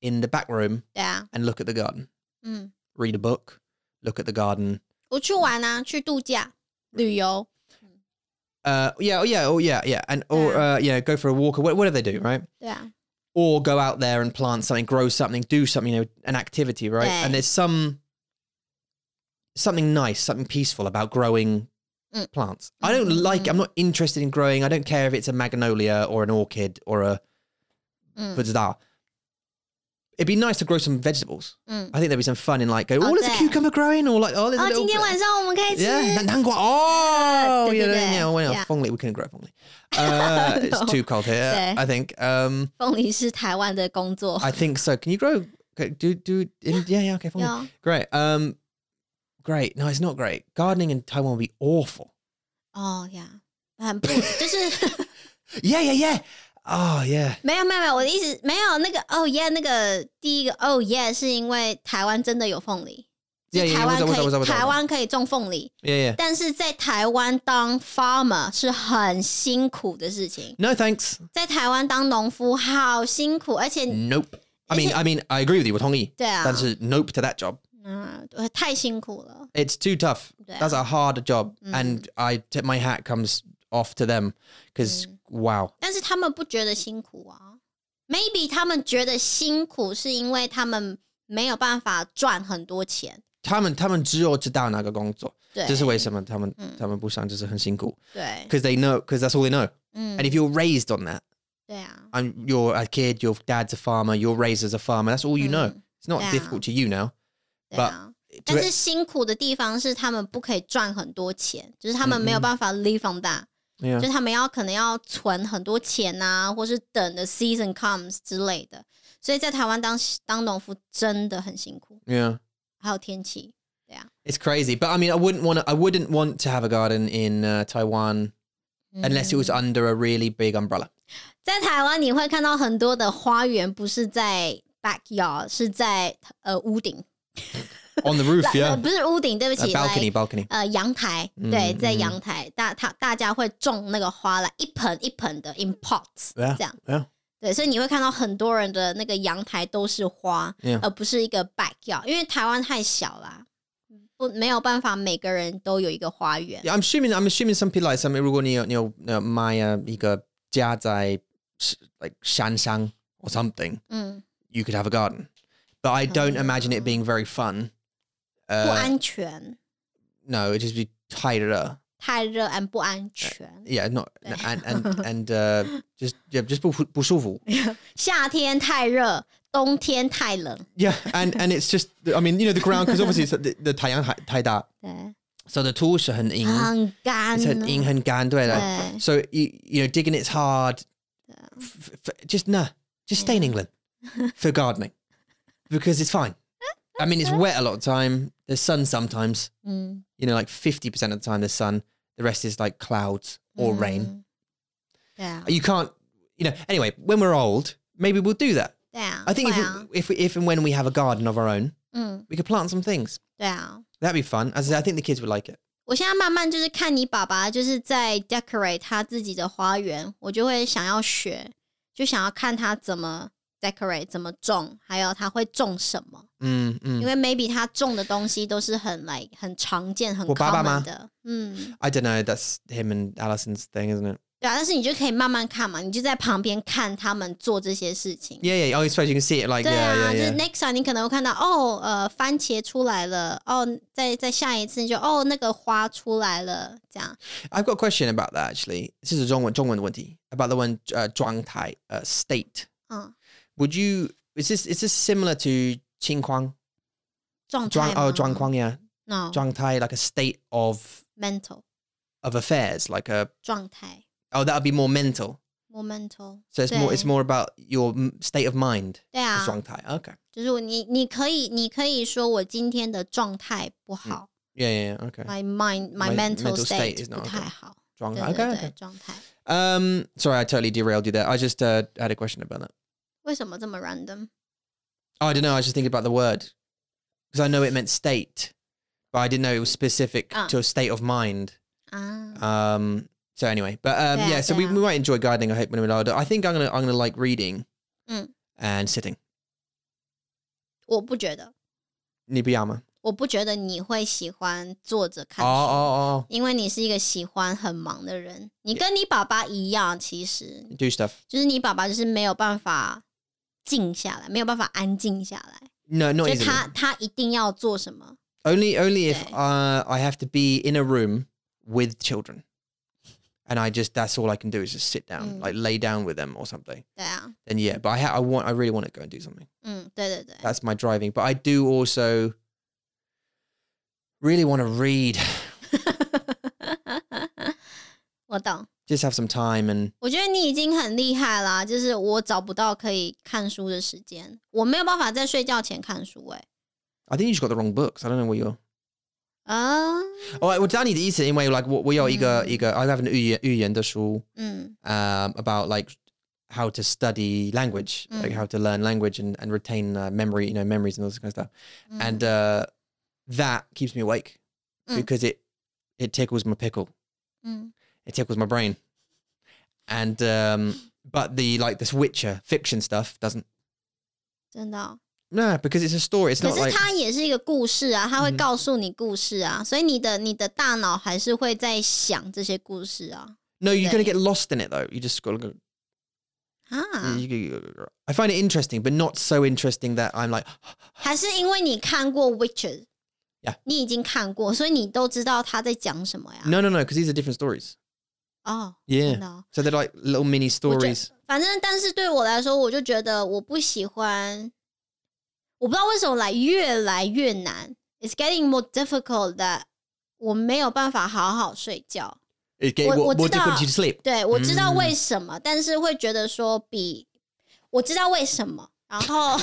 Speaker 1: in the back room
Speaker 2: 对啊，
Speaker 1: and look at the garden
Speaker 2: 嗯，
Speaker 1: read a book look at the garden
Speaker 2: 我去玩啊，去度假旅游，
Speaker 1: uh yeah oh, yeah oh yeah yeah and or
Speaker 2: Yeah.
Speaker 1: uh yeah go for a walk or wha- whatever they do right
Speaker 2: 对啊，
Speaker 1: or go out there and plant something, grow something, do something, you know, an activity, right?
Speaker 2: Yeah.
Speaker 1: And there's some something nice, something peaceful about growing
Speaker 2: Mm.
Speaker 1: plants. I don't like I'm not interested in growing. I don't care if it's a magnolia or an orchid or a
Speaker 2: Mm.
Speaker 1: bazar. It'd be nice to grow some vegetables.
Speaker 2: 嗯。
Speaker 1: I think there'd be some fun in like going, oh,
Speaker 2: Oh,
Speaker 1: there's a
Speaker 2: there.
Speaker 1: cucumber growing, or like, oh, there's
Speaker 2: 哦，
Speaker 1: a little.
Speaker 2: 今天晚上我们可以吃
Speaker 1: Yeah, that nangua. Oh, yeah,
Speaker 2: Yeah, da, da,
Speaker 1: yeah,
Speaker 2: da.
Speaker 1: yeah. Well,
Speaker 2: Yeah.
Speaker 1: Fong Li, we couldn't grow Fong Li. Uh,
Speaker 2: No.
Speaker 1: It's too cold here,
Speaker 2: Yeah.
Speaker 1: I think. Um,
Speaker 2: 凤梨是台湾的 工作，
Speaker 1: I think so. Can you grow? okay, Do do in, yeah yeah okay fine.
Speaker 2: 有
Speaker 1: great um great no it's not great gardening in Taiwan would be awful
Speaker 2: 哦呀，很不就是
Speaker 1: yeah yeah yeah oh yeah
Speaker 2: 没有没有没有，我的意思没有那个哦耶，那个第一个哦耶，是因为台湾真的有凤梨，就
Speaker 1: Yeah, yeah,
Speaker 2: 台湾
Speaker 1: yeah，我知道我知道
Speaker 2: 可
Speaker 1: 我
Speaker 2: 以
Speaker 1: 知道
Speaker 2: 台湾可以种凤梨，
Speaker 1: yeah yeah
Speaker 2: 但是在台湾当 farmer 是很辛苦的事情，
Speaker 1: no thanks
Speaker 2: 在台湾当农夫好辛苦，而且
Speaker 1: nope I mean I mean I agree with you 我同意
Speaker 2: 对啊，
Speaker 1: 嗯但是 nope to that job
Speaker 2: 嗯，对太辛苦了，
Speaker 1: it's too tough
Speaker 2: 对啊
Speaker 1: that's a hard job and I tip my hat comes off to them because wow
Speaker 2: 但是他们不觉得辛苦啊，maybe 他们觉得辛苦是因为他们没有办法赚很多钱，
Speaker 1: 他们他们只有知道那个工作，这是为什么他们、嗯、他们不上就是很辛苦，because Mm.
Speaker 2: 对，嗯。对，
Speaker 1: they know because that's all they know
Speaker 2: 嗯
Speaker 1: and，if you're raised on that
Speaker 2: 对啊，
Speaker 1: I'm you're a kid, your dad's a farmer, you're raised as a farmer. That's all you know.
Speaker 2: Mm.
Speaker 1: It's not
Speaker 2: Yeah.
Speaker 1: difficult to you now.
Speaker 2: 对啊，但是辛苦的地方是他们不可以赚很多钱，就
Speaker 1: 嗯
Speaker 2: 是他们没有办法 live on that，、
Speaker 1: Yeah.
Speaker 2: 就是他们要可能要存很多钱呐、或是等的 season comes 之类的。所以在台湾当当农夫真的很辛苦，
Speaker 1: yeah.
Speaker 2: 还有天气，对啊，
Speaker 1: It's crazy, but I mean, I wouldn't want to. I wouldn't want to have a garden in uh, Taiwan unless it was
Speaker 2: Mm.
Speaker 1: under a really big umbrella.
Speaker 2: 在台湾你会看到很多的花园，不是在 backyard，是在呃屋顶，
Speaker 1: On the roof,
Speaker 2: 呃
Speaker 1: yeah,
Speaker 2: 不是屋顶，对不
Speaker 1: a
Speaker 2: 起
Speaker 1: balcony,
Speaker 2: like
Speaker 1: balcony.
Speaker 2: 呃阳台，
Speaker 1: 嗯
Speaker 2: 对，在
Speaker 1: 嗯
Speaker 2: 阳台，大他大家会种那个花来，一盆一盆的 in pots，
Speaker 1: Yeah,
Speaker 2: 这样
Speaker 1: yeah.
Speaker 2: 对，所以你会看到很多人的那个阳台都是花
Speaker 1: Yeah.
Speaker 2: 而不是一个 backyard，因为台湾太小啦，不没有办法每个人都有一个花园。
Speaker 1: Yeah, I'm assuming. I'm assuming some people like some. 如果你有你有买一个家在 like Shanshan or something,
Speaker 2: 嗯，
Speaker 1: you could have a garden. But I don't
Speaker 2: Oh.
Speaker 1: imagine it being very fun.
Speaker 2: 不
Speaker 1: Uh,
Speaker 2: 安全，
Speaker 1: no, it'd just be tighter.
Speaker 2: 太热安不安全。
Speaker 1: Yeah, not and and and uh, just yeah, just 不-不舒服.
Speaker 2: 夏天太热，冬天太冷。
Speaker 1: Yeah, and and it's just I mean you know the ground because obviously it's the the 太阳太大，
Speaker 2: 对，
Speaker 1: so the 土是很硬，
Speaker 2: 很干
Speaker 1: it's
Speaker 2: 哦，
Speaker 1: 很硬很干，对的。
Speaker 2: 对嗯
Speaker 1: So you you know digging it's hard. F- f- just nah, just stay in England for gardening because it's fine. I mean it's wet a lot of time. There's sun sometimes.
Speaker 2: 嗯，
Speaker 1: You know, like fifty percent of the time there's sun. The rest is like clouds or rain.
Speaker 2: 嗯。对啊，
Speaker 1: You can't. You know. Anyway, when we're old, maybe we'll do that.
Speaker 2: 对啊，
Speaker 1: I think
Speaker 2: 会
Speaker 1: if,
Speaker 2: 啊，
Speaker 1: we, if we, if and when we have a garden of our own,
Speaker 2: 嗯，
Speaker 1: we could plant some things.
Speaker 2: 对啊。
Speaker 1: That'd be fun. As I, said, I think the kids would like it.
Speaker 2: 我现在慢慢就是看你爸爸就是在 decorate 他自己的花园，我就会想要学，就想要看他怎么 decorate，怎么种，还有他会种什么，
Speaker 1: Mm,
Speaker 2: 因
Speaker 1: mm.
Speaker 2: 为 maybe 他种的东西都是很 like 很常见、很
Speaker 1: 我爸爸吗
Speaker 2: common 的，嗯，
Speaker 1: I don't know. That's him and Alison's thing, isn't it?
Speaker 2: 对啊，但是你就可以慢慢看嘛，你就在旁边看他们做这些事情。
Speaker 1: Yeah, yeah. Oh, I suppose you can see it. Like,
Speaker 2: 对
Speaker 1: yeah,
Speaker 2: 啊，
Speaker 1: yeah,
Speaker 2: 就是
Speaker 1: yeah.
Speaker 2: next time 你可能会看到哦，呃，番茄出来了，哦，再再下一次你就哦那个花出来了，这样，
Speaker 1: I've got a question about that actually. This is a 中文中文问题 about the one uh, 状态 uh, state.
Speaker 2: 嗯，
Speaker 1: Would you? Is this is this similar to 情况?
Speaker 2: 状态
Speaker 1: 状
Speaker 2: 吗
Speaker 1: 哦状况 oh, yeah
Speaker 2: no
Speaker 1: 状态 like a state of
Speaker 2: mental
Speaker 1: of affairs like a
Speaker 2: 状态
Speaker 1: oh that would be more mental.
Speaker 2: momental，
Speaker 1: So it's more it's
Speaker 2: 对
Speaker 1: more about your m- state of mind.
Speaker 2: 对啊，
Speaker 1: 状态 okay.
Speaker 2: 就是我你你可以你可以说我今天的状态不好
Speaker 1: Yeah, yeah, yeah, okay.
Speaker 2: ，my mind my
Speaker 1: 嗯 My
Speaker 2: mental
Speaker 1: mental state is
Speaker 2: state
Speaker 1: not
Speaker 2: 不
Speaker 1: okay
Speaker 2: 太好，对
Speaker 1: 状态 okay,
Speaker 2: 对对，
Speaker 1: okay.
Speaker 2: 状态
Speaker 1: Um, sorry, I totally derailed you there. I just uh, had a question about that.
Speaker 2: 为什么
Speaker 1: 啊
Speaker 2: 这么 random？
Speaker 1: Oh, I don't know. I was just thinking about the word because I know it meant state, but I didn't know it was specific
Speaker 2: Ah.
Speaker 1: to a state of mind.
Speaker 2: 啊，
Speaker 1: Um, so anyway, but um,
Speaker 2: Yeah,
Speaker 1: yeah, so we,
Speaker 2: yeah.
Speaker 1: we might enjoy gardening. I hope when we're older. I think I'm gonna I'm gonna like reading
Speaker 2: Mm.
Speaker 1: and sitting.
Speaker 2: 我不觉得，
Speaker 1: Nibayama.
Speaker 2: 我不觉得你会喜欢坐着
Speaker 1: Oh,
Speaker 2: 看书。
Speaker 1: oh,
Speaker 2: 因为你是一个喜欢很忙的人，你跟你爸爸一样，其实
Speaker 1: oh, do stuff.
Speaker 2: 就是你爸爸就是没有办法静下来，没有办法安静下来，
Speaker 1: No, not
Speaker 2: 就
Speaker 1: easily.
Speaker 2: 他他一定要做什么，
Speaker 1: Only only if
Speaker 2: Okay.
Speaker 1: uh, I have to be in a room with children, and I just that's all I can do is just sit down,
Speaker 2: Mm.
Speaker 1: like lay down with them or something.
Speaker 2: 对啊，
Speaker 1: Then yeah, but I ha- I want I really want to go and do something.
Speaker 2: 嗯，对对对，
Speaker 1: That's my driving. But I do also really want to read,
Speaker 2: 我懂。
Speaker 1: just have some time and
Speaker 2: 我觉得你已经很厉害啦，就是我找不到可以看书的时间，我没有办法在睡觉前看书、欸，
Speaker 1: I think you just got the wrong books. I don't know what you're.
Speaker 2: 啊，
Speaker 1: Oh, well, Danny, the Easter, anyway, like, what we are,
Speaker 2: Mm.
Speaker 1: I have an 语言-语言的书,
Speaker 2: 嗯
Speaker 1: um, about like how to study language, like
Speaker 2: Mm.
Speaker 1: how to learn language and, and retain uh, memory, you know, memories and all this kind of stuff.
Speaker 2: 嗯
Speaker 1: And uh, that keeps me awake
Speaker 2: Mm.
Speaker 1: because it, it tickles my pickle.
Speaker 2: 嗯，
Speaker 1: it tickles my brain. And um, but the like this Witcher fiction stuff doesn't.
Speaker 2: 真的哦、
Speaker 1: No, because it's a story. It's
Speaker 2: 可
Speaker 1: not
Speaker 2: 是
Speaker 1: like
Speaker 2: 它也是一个故事啊，它会
Speaker 1: 哎嗯
Speaker 2: 告诉你故事啊，所以你的你的大脑还是会在想这些故事啊
Speaker 1: no. You're
Speaker 2: Yeah.
Speaker 1: gonna get lost in it though. You just gotta. Go,
Speaker 2: 啊，
Speaker 1: you- you- you- I find it interesting, but not so interesting that I'm like,
Speaker 2: 还是因为你看过《Witcher》
Speaker 1: Yeah
Speaker 2: 你已经看过，所以你都知道他在讲什么呀？
Speaker 1: no, no, no, because these are different stories.
Speaker 2: 哦，真
Speaker 1: Yeah.
Speaker 2: 的哦、
Speaker 1: So they're like little mini stories.
Speaker 2: 反正，但是对我来说，我就觉得我不喜欢，我不知道为什么来越来越难。 it's getting more difficult that 我没有办法好好睡觉。
Speaker 1: It gave
Speaker 2: What-
Speaker 1: more,
Speaker 2: what's
Speaker 1: more
Speaker 2: it about?
Speaker 1: difficulty to sleep.
Speaker 2: 对，我知道为什么，但是会觉得说比我知道为什么，然后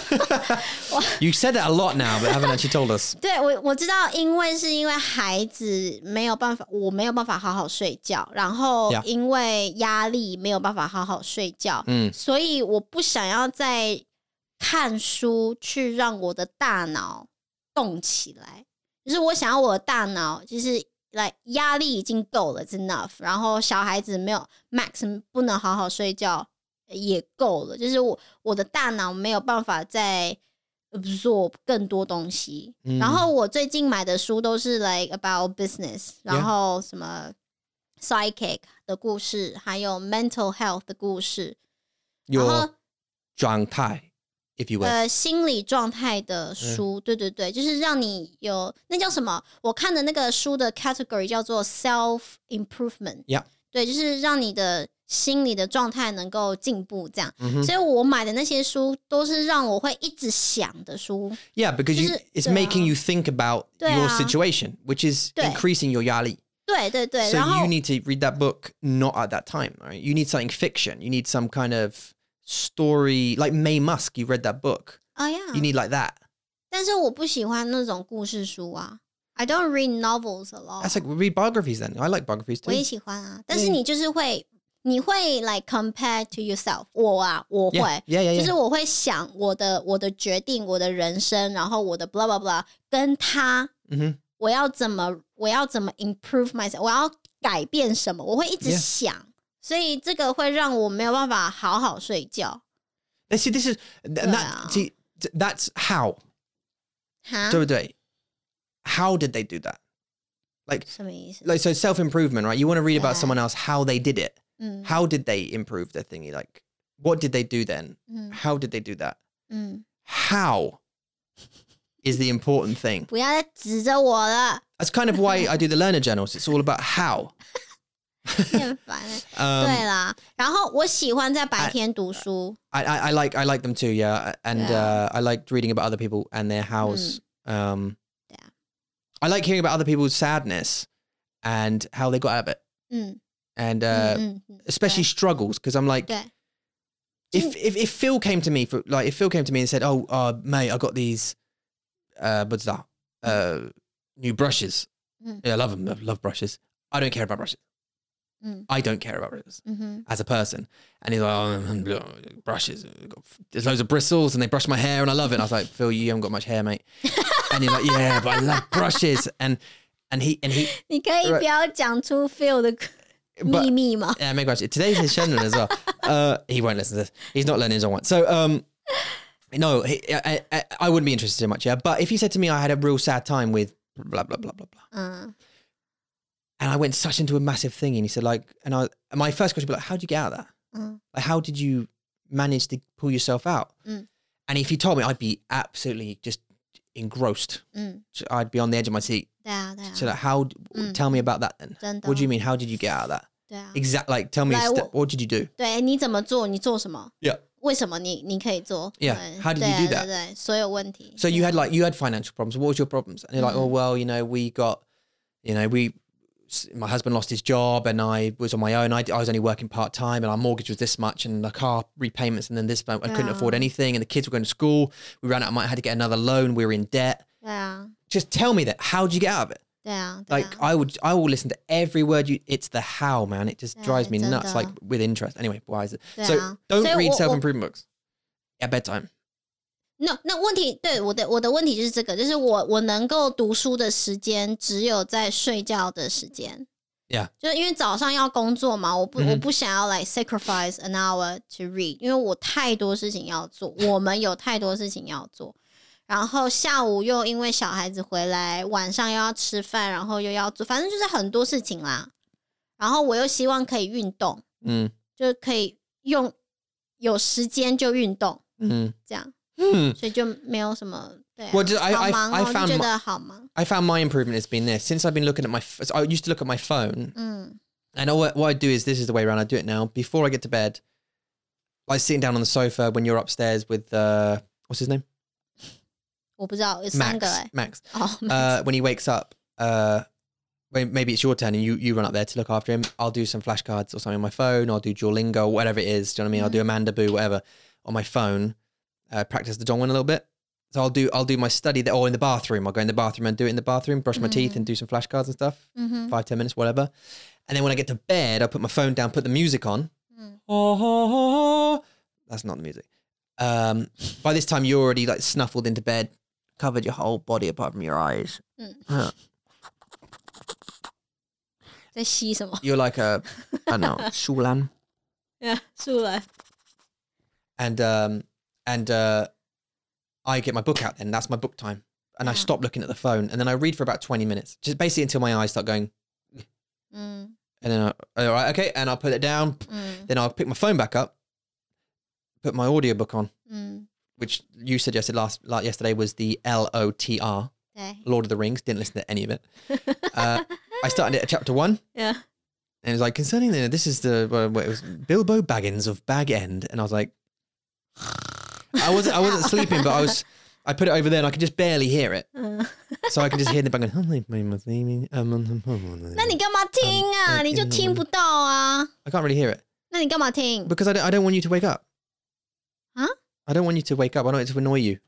Speaker 1: You said that a lot now, but haven't actually told us.
Speaker 2: 对我我知道，因为是因为孩子没有办法，我没有办法好好睡觉，然后
Speaker 1: Yeah.
Speaker 2: 因为压力没有办法好好睡觉，
Speaker 1: Mm.
Speaker 2: 所以我不想要再看书去让我的大脑动起来，就是我想要我的大脑就是来压力已经够了，it's enough。然后小孩子没有 Max 不能好好睡觉也够了，就是我我的大脑没有办法再 absorb 更多东西。
Speaker 1: 嗯
Speaker 2: 然后我最近买的书都是 like about business，然后什么 psychic 的故事，还有 mental health 的故事，然后
Speaker 1: Your 状态, if you will.
Speaker 2: 呃心理状态的书，
Speaker 1: 嗯
Speaker 2: 对对对，就是让你有那叫什么？我看的那个书的 category 叫做 self improvement，、
Speaker 1: Yeah
Speaker 2: 对，就是让你的心理的状态能够进步这样。
Speaker 1: Mhm.
Speaker 2: 所以我买的那些书都是让我会一直想的书，
Speaker 1: Yeah, because you,
Speaker 2: 就是-
Speaker 1: it's
Speaker 2: 对啊。
Speaker 1: making you think about your
Speaker 2: 对啊。
Speaker 1: situation, which is
Speaker 2: uh, 对。
Speaker 1: increasing your yali.
Speaker 2: 对对对，
Speaker 1: So
Speaker 2: 然后
Speaker 1: you need to read that book not at that time, right? You need something fiction. You need some kind of story, like May Musk. You read that book.
Speaker 2: 哎呀
Speaker 1: You need like that.
Speaker 2: 但是我不喜欢那种故事书啊，I don't read novels a lot。
Speaker 1: That's like read biographies. Then I like biographies
Speaker 2: 我也
Speaker 1: too.
Speaker 2: 喜欢啊，但是
Speaker 1: 嗯
Speaker 2: 你就是会，你会 like compare to yourself。我啊，我会
Speaker 1: Yeah, yeah, yeah.
Speaker 2: 就是
Speaker 1: yeah.
Speaker 2: 我会想我的我的决定、我的人生，然后我的 blah blah blah，跟他
Speaker 1: Mhm.
Speaker 2: 我要怎么我要怎么 improve myself，我要改变什么，我会一直
Speaker 1: Yeah.
Speaker 2: 想所以这个会让我没有办法好好睡觉
Speaker 1: And See, this is and
Speaker 2: Yeah.
Speaker 1: that. See, th- that's how.
Speaker 2: 哈
Speaker 1: So today, how did they do that? Like,
Speaker 2: 什么意思？
Speaker 1: like so self improvement, right? You want to read about
Speaker 2: Yeah.
Speaker 1: someone else how they did it.
Speaker 2: 嗯
Speaker 1: How did they improve their thingy? Like, what did they do then?
Speaker 2: 嗯
Speaker 1: How did they do that?
Speaker 2: 嗯，
Speaker 1: How is the important thing.
Speaker 2: 不要再指着我 了，
Speaker 1: That's kind of why I do the learner journals. It's all about how.
Speaker 2: 你很烦欸、
Speaker 1: Um,
Speaker 2: 对啦，然后我喜欢在白
Speaker 1: 哎
Speaker 2: 天读书。
Speaker 1: I, I, I like I like them too. Yeah, and
Speaker 2: Yeah. Mm.
Speaker 1: Uh, I liked reading about other people and their hows. Um,
Speaker 2: Yeah.
Speaker 1: I like hearing about other people's sadness and how they got out of it,
Speaker 2: 嗯
Speaker 1: and
Speaker 2: 嗯
Speaker 1: uh,
Speaker 2: 嗯嗯，
Speaker 1: especially struggles. Because I'm like,
Speaker 2: 对
Speaker 1: if, if if Phil came to me for like if Phil came to me and said, "Oh, uh, mate, I got these, uh, what's that? Uh, new brushes.
Speaker 2: Mm.
Speaker 1: Yeah, I love them. I love brushes. I don't care about brushes.
Speaker 2: Mm.
Speaker 1: I don't care about brushes."
Speaker 2: 嗯哼，
Speaker 1: as a person. And he's like, oh, brushes, there's loads of bristles, and they brush my hair, and I love it. And I was like, Phil, you haven't got much hair, mate. and he's like, yeah, but I love brushes. And and he and he,
Speaker 2: 你可以不要讲出 Phil 的
Speaker 1: but
Speaker 2: 秘密吗？
Speaker 1: yeah, maybe I should- today's his channel as well. Uh, he won't listen to this. He's not learning his own one. So um. No, he, I, I, I wouldn't be interested in much, yeah. But if he said to me, I had a real sad time with blah blah blah blah blah,
Speaker 2: 嗯，
Speaker 1: and I went such into a massive thing, and he said like, and I, and my first question would be like, how did you get out of that?
Speaker 2: Mm.
Speaker 1: Like, how did you manage to pull yourself out?
Speaker 2: Mm.
Speaker 1: And if you told me, I'd be absolutely just engrossed.
Speaker 2: 嗯，
Speaker 1: So I'd be on the edge of my seat.
Speaker 2: 对啊，对
Speaker 1: So
Speaker 2: 啊，
Speaker 1: like, how?
Speaker 2: Mm.
Speaker 1: Tell me about that then.
Speaker 2: 真的
Speaker 1: What do you mean? How did you get out of that?
Speaker 2: 对啊，
Speaker 1: Exactly. Like, tell me. a
Speaker 2: Like,
Speaker 1: step. What did you do?
Speaker 2: 对，你怎么做？你做什么？
Speaker 1: Yeah.
Speaker 2: 为什么你你可以做
Speaker 1: Yeah.
Speaker 2: 对
Speaker 1: How did you
Speaker 2: 对啊
Speaker 1: do
Speaker 2: 对
Speaker 1: that?
Speaker 2: 对，所有问题。
Speaker 1: So you had like you had financial problems. What was your problems? And you're like, oh
Speaker 2: Mm.
Speaker 1: well, you know, we got, you know, we, s- my husband lost his job, and I was on my own. I, d- I was only working part time, and our mortgage was this much, and the car repayments, and then this. but I couldn't
Speaker 2: Yeah.
Speaker 1: afford anything, and the kids were going to school. We ran out of money. Had to get another loan. We were in debt.
Speaker 2: 对啊，
Speaker 1: Just tell me that. How would you get out of it?
Speaker 2: 对啊，对
Speaker 1: Like
Speaker 2: 啊，
Speaker 1: I would, I will listen to every word you. It's the how, man. It just
Speaker 2: Yeah,
Speaker 1: drives me
Speaker 2: it's on
Speaker 1: nuts.
Speaker 2: the-
Speaker 1: Like with interest. Anyway, why is it?
Speaker 2: Yeah.
Speaker 1: So don't
Speaker 2: So
Speaker 1: read
Speaker 2: what-
Speaker 1: self improvement books at bedtime.
Speaker 2: 那那问题对我的我的问题就是这个，就是我我能够读书的时间只有在睡觉的时间。
Speaker 1: Yeah.
Speaker 2: 就是因为早上要工作嘛，我不、
Speaker 1: 嗯哼
Speaker 2: 我不想要来 sacrifice an hour to read，因为我太多事情要做，我们有太多事情要做。然后下午又因为小孩子回来，晚上又要吃饭，然后又要做，反正就是很多事情啦。然后我又希望可以运动，
Speaker 1: Mm,
Speaker 2: 就是可以用有时间就运动，
Speaker 1: mm,
Speaker 2: 这样。
Speaker 1: mm.
Speaker 2: 所以就没有什么对、啊。
Speaker 1: Well, just- I-
Speaker 2: 好
Speaker 1: I-
Speaker 2: 忙
Speaker 1: I
Speaker 2: 哦，就
Speaker 1: found
Speaker 2: 觉
Speaker 1: my-
Speaker 2: 得好忙。
Speaker 1: I found my improvement has been this since I've been looking at my. ph- so I used to look at my phone,
Speaker 2: 嗯
Speaker 1: and I, what what I do is this is the way around. I do it now before I get to bed, like sitting down on the sofa when you're upstairs with uh, what's his name,
Speaker 2: 我不知道有三
Speaker 1: Max,
Speaker 2: 个哎、
Speaker 1: Max.
Speaker 2: 哦，
Speaker 1: Uh, when he wakes up, uh, wait, maybe it's your turn and you, you run up there to look after him. I'll do some flashcards or something on my phone. I'll do Duolingo, whatever it is. Do you know what I mean? I'll do Amanda Boo, whatever, on my phone. Uh, practice the Dongwon a little bit. So I'll do I'll do my study there or in the bathroom. I'll go in the bathroom and do it in the bathroom, brush my teeth and do some flashcards and stuff. Mm-hmm.
Speaker 2: Mhm.
Speaker 1: Five, ten minutes, whatever. And then when I get to bed, I'll put my phone down, put the music on.
Speaker 2: Mm.
Speaker 1: That's not the music. Um, by this time, you're already like snuffled into bed, covered your whole body apart from your eyes.
Speaker 2: 在吸 什么？
Speaker 1: You're like a, I don't know, Shulan.
Speaker 2: 出来，
Speaker 1: And um, and uh, I get my book out, and that's my book time. And I
Speaker 2: Yeah.
Speaker 1: stop looking at the phone, and then I read for about 20 minutes, just basically until my eyes start going.
Speaker 2: 嗯
Speaker 1: And then, I, all right, okay. And I'll put it down.
Speaker 2: 嗯
Speaker 1: Then I'll pick my phone back up, put my audiobook on,
Speaker 2: 嗯，
Speaker 1: which you suggested last like yesterday was the L O T R.
Speaker 2: 对，
Speaker 1: Lord of the Rings. Didn't listen to any of it. Uh, I started at chapter one,
Speaker 2: yeah.
Speaker 1: and it was like concerning the this is the well, what it was Bilbo Baggins of Bag End, and I was like, I wasn't I wasn't sleeping, but I was. I put it over there, and I could just barely hear it,
Speaker 2: 嗯，
Speaker 1: so I could just hear the bang. going,
Speaker 2: 那你干嘛听啊？
Speaker 1: 嗯
Speaker 2: 你就听不到啊？
Speaker 1: I can't really hear it
Speaker 2: 那你干嘛听？
Speaker 1: because I don't, I don't want you to wake up.
Speaker 2: Huh?
Speaker 1: I don't want you to wake up. I don't want it to annoy you,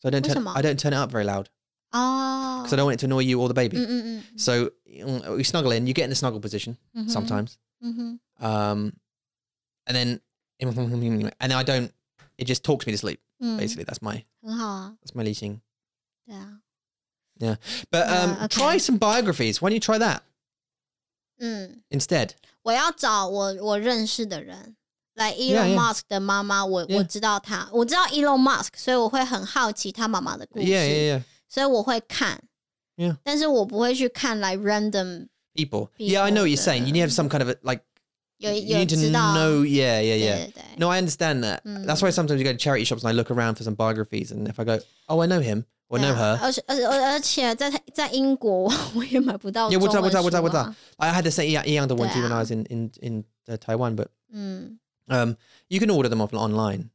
Speaker 1: so I don't turn,
Speaker 2: Wisdom.
Speaker 1: I don't turn it up very loud
Speaker 2: 哦
Speaker 1: because I，don't want it to annoy you or the baby.
Speaker 2: 嗯嗯嗯
Speaker 1: So mm, we snuggle in. You get in the snuggle position
Speaker 2: 嗯哼，
Speaker 1: sometimes.
Speaker 2: 嗯哼，
Speaker 1: um, and then and then I don't. It just talks me to sleep.
Speaker 2: 嗯，
Speaker 1: Basically, that's my
Speaker 2: 很好啊，
Speaker 1: that's my leasing.
Speaker 2: 对啊，
Speaker 1: But um,
Speaker 2: Yeah, okay.
Speaker 1: try some biographies. Why don't you try that
Speaker 2: 嗯，
Speaker 1: instead?
Speaker 2: 我要找我我认识的人。来
Speaker 1: Yeah,
Speaker 2: Elon
Speaker 1: yeah.
Speaker 2: Musk 的妈妈，我我
Speaker 1: Yeah.
Speaker 2: 知道他，我知道 Elon Musk，所以我会很好奇他妈妈的故
Speaker 1: Yeah, yeah,
Speaker 2: 事，
Speaker 1: yeah.
Speaker 2: 所以我会看
Speaker 1: Yeah.，
Speaker 2: 但是我不会去看来 random
Speaker 1: People. Yeah, I know what you're saying. You need to have some kind of a, like.
Speaker 2: 有
Speaker 1: you
Speaker 2: 有
Speaker 1: need to
Speaker 2: 知道，
Speaker 1: know. Yeah, yeah,
Speaker 2: 对
Speaker 1: yeah.
Speaker 2: 对对，
Speaker 1: No, I understand that. That's why sometimes you go to charity shops and I look around for some biographies, and if I go, oh, I know him or
Speaker 2: 对
Speaker 1: know
Speaker 2: 啊
Speaker 1: her,
Speaker 2: 而且而且而且在在英国 我也买不到
Speaker 1: Yeah,
Speaker 2: 中文
Speaker 1: what's
Speaker 2: 书
Speaker 1: up,
Speaker 2: 啊。
Speaker 1: what's up, what's up, what's up? I had the same yeah, yeah, the one too when I
Speaker 2: Yeah.
Speaker 1: was in in in uh, Taiwan. But
Speaker 2: 嗯，
Speaker 1: um, you can order them off online.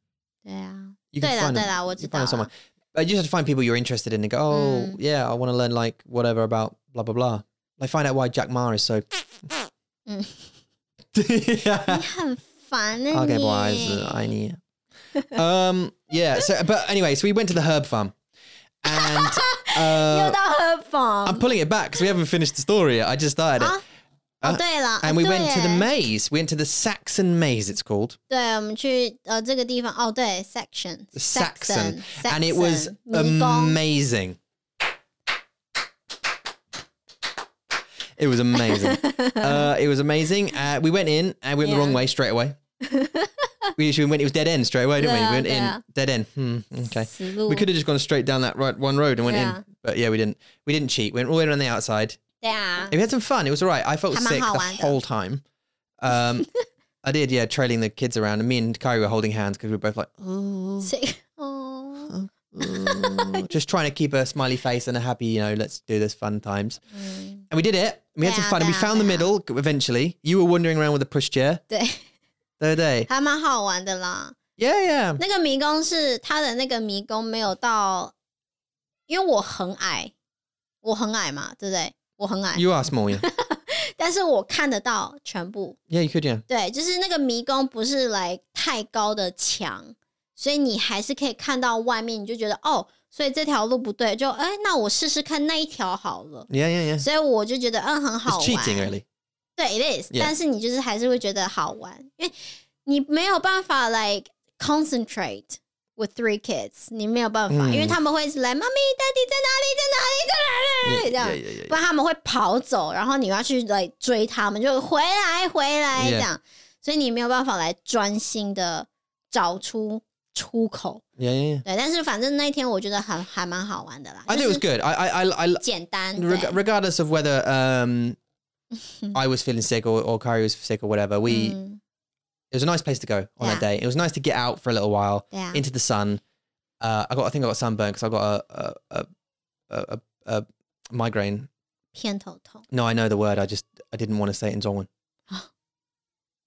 Speaker 2: 对啊，
Speaker 1: You can
Speaker 2: 对啦，
Speaker 1: find them.
Speaker 2: 对啦，我
Speaker 1: You can find
Speaker 2: 知道啦。啊
Speaker 1: someone. But you just have to find people you're interested in and go, oh,
Speaker 2: Mm.
Speaker 1: yeah, I want to learn like whatever about blah, blah, blah. Like find out why Jack Ma is so.
Speaker 2: Mm.
Speaker 1: yeah.
Speaker 2: 你很烦呢、
Speaker 1: Okay,
Speaker 2: 你
Speaker 1: boys, uh, I need. Um, yeah. So, but anyway, so we went to the herb farm and
Speaker 2: 又
Speaker 1: uh,
Speaker 2: 到哦喝
Speaker 1: I'm
Speaker 2: 房
Speaker 1: pulling it back because we haven't finished the story yet. I just started it.
Speaker 2: Huh? 哦，对了，
Speaker 1: 呃 And we went to the
Speaker 2: 对耶
Speaker 1: maze. We went to the Saxon maze, it's called.
Speaker 2: 对，我们去呃这个地方，哦，对，section
Speaker 1: Saxon.
Speaker 2: Saxon，
Speaker 1: And it was
Speaker 2: 迷宫
Speaker 1: amazing. It was amazing. uh, it was amazing. Uh, we went in and we went the wrong
Speaker 2: Yeah.
Speaker 1: way straight away. we actually went, it was dead end straight away, didn't we?
Speaker 2: Yeah,
Speaker 1: We went in,
Speaker 2: yeah.
Speaker 1: dead end. Hmm, okay.
Speaker 2: 死路
Speaker 1: We，could have just gone straight down that right one road and went
Speaker 2: Yeah.
Speaker 1: in. But yeah, we didn't. We didn't cheat. We went all the way around the outside.
Speaker 2: 对啊
Speaker 1: And，we had some fun. It was all right. I felt
Speaker 2: Hammer
Speaker 1: sick the
Speaker 2: Howard.
Speaker 1: whole time. Um, I did, yeah, trailing the kids around. And me and Kyrie were holding hands because we were both like, oh.
Speaker 2: 所以哦，
Speaker 1: 嗯
Speaker 2: Mm.
Speaker 1: Ooh, just trying to keep a smiley face and a happy, you know, let's do this fun times.
Speaker 2: 嗯，
Speaker 1: And we did it. We had some
Speaker 2: Mm. Yeah,
Speaker 1: fun. And we
Speaker 2: yeah,
Speaker 1: found the
Speaker 2: yeah.
Speaker 1: middle g- eventually. You were wandering around with a pushchair
Speaker 2: 对，
Speaker 1: the other day.
Speaker 2: 还蛮好玩的啦。
Speaker 1: Yeah, yeah.
Speaker 2: 那个迷宫是它的那个迷宫没有到，因为我很矮，我很矮嘛，对不对？我很矮，
Speaker 1: You are small, yeah.
Speaker 2: 但是我看得到全部。
Speaker 1: Yeah, you could, yeah.
Speaker 2: 对，就是那个迷宫不是来太高的墙，所以你还是可以看到外面，你就觉得哦，所以这条路不对，就哎，那我试试看那一条好了。
Speaker 1: Yeah, yeah, yeah.
Speaker 2: 所以我就觉得嗯很好
Speaker 1: It's
Speaker 2: 玩。
Speaker 1: cheating, really.
Speaker 2: 对，it is，、
Speaker 1: Yeah.
Speaker 2: 但是你就是还是会觉得好玩，因为你没有办法 like concentrate with three kids，你没有办法，因为
Speaker 1: 嗯
Speaker 2: 他们会一直来，妈咪，daddy 在哪里，在哪里，在哪
Speaker 1: Yeah,
Speaker 2: 里，这
Speaker 1: yeah,
Speaker 2: 样
Speaker 1: yeah,。yeah,
Speaker 2: 不
Speaker 1: yeah.
Speaker 2: 然他们会跑走，然后你要去来追他们，就回来回来
Speaker 1: Yeah.
Speaker 2: 这样，所以你没有办法来专心的找出出口。
Speaker 1: Yeah, yeah, yeah.
Speaker 2: 对，但是反正那一天我觉得还还蛮好玩的啦，
Speaker 1: I
Speaker 2: 就
Speaker 1: think it was
Speaker 2: 是
Speaker 1: good. I, I, I, I
Speaker 2: 简单。嗯对
Speaker 1: reg- regardless of whether um, I was feeling sick or, or Kyrie was sick or whatever, we,
Speaker 2: 嗯
Speaker 1: it was a nice place to go on that day. It was nice to get out for a little while.
Speaker 2: 对啊，
Speaker 1: into the sun. Uh, I got, I think I got sunburned because I got a a, a a a a migraine.
Speaker 2: 偏头痛。
Speaker 1: No, I know the word. I just I didn't want to say it in Zongwen.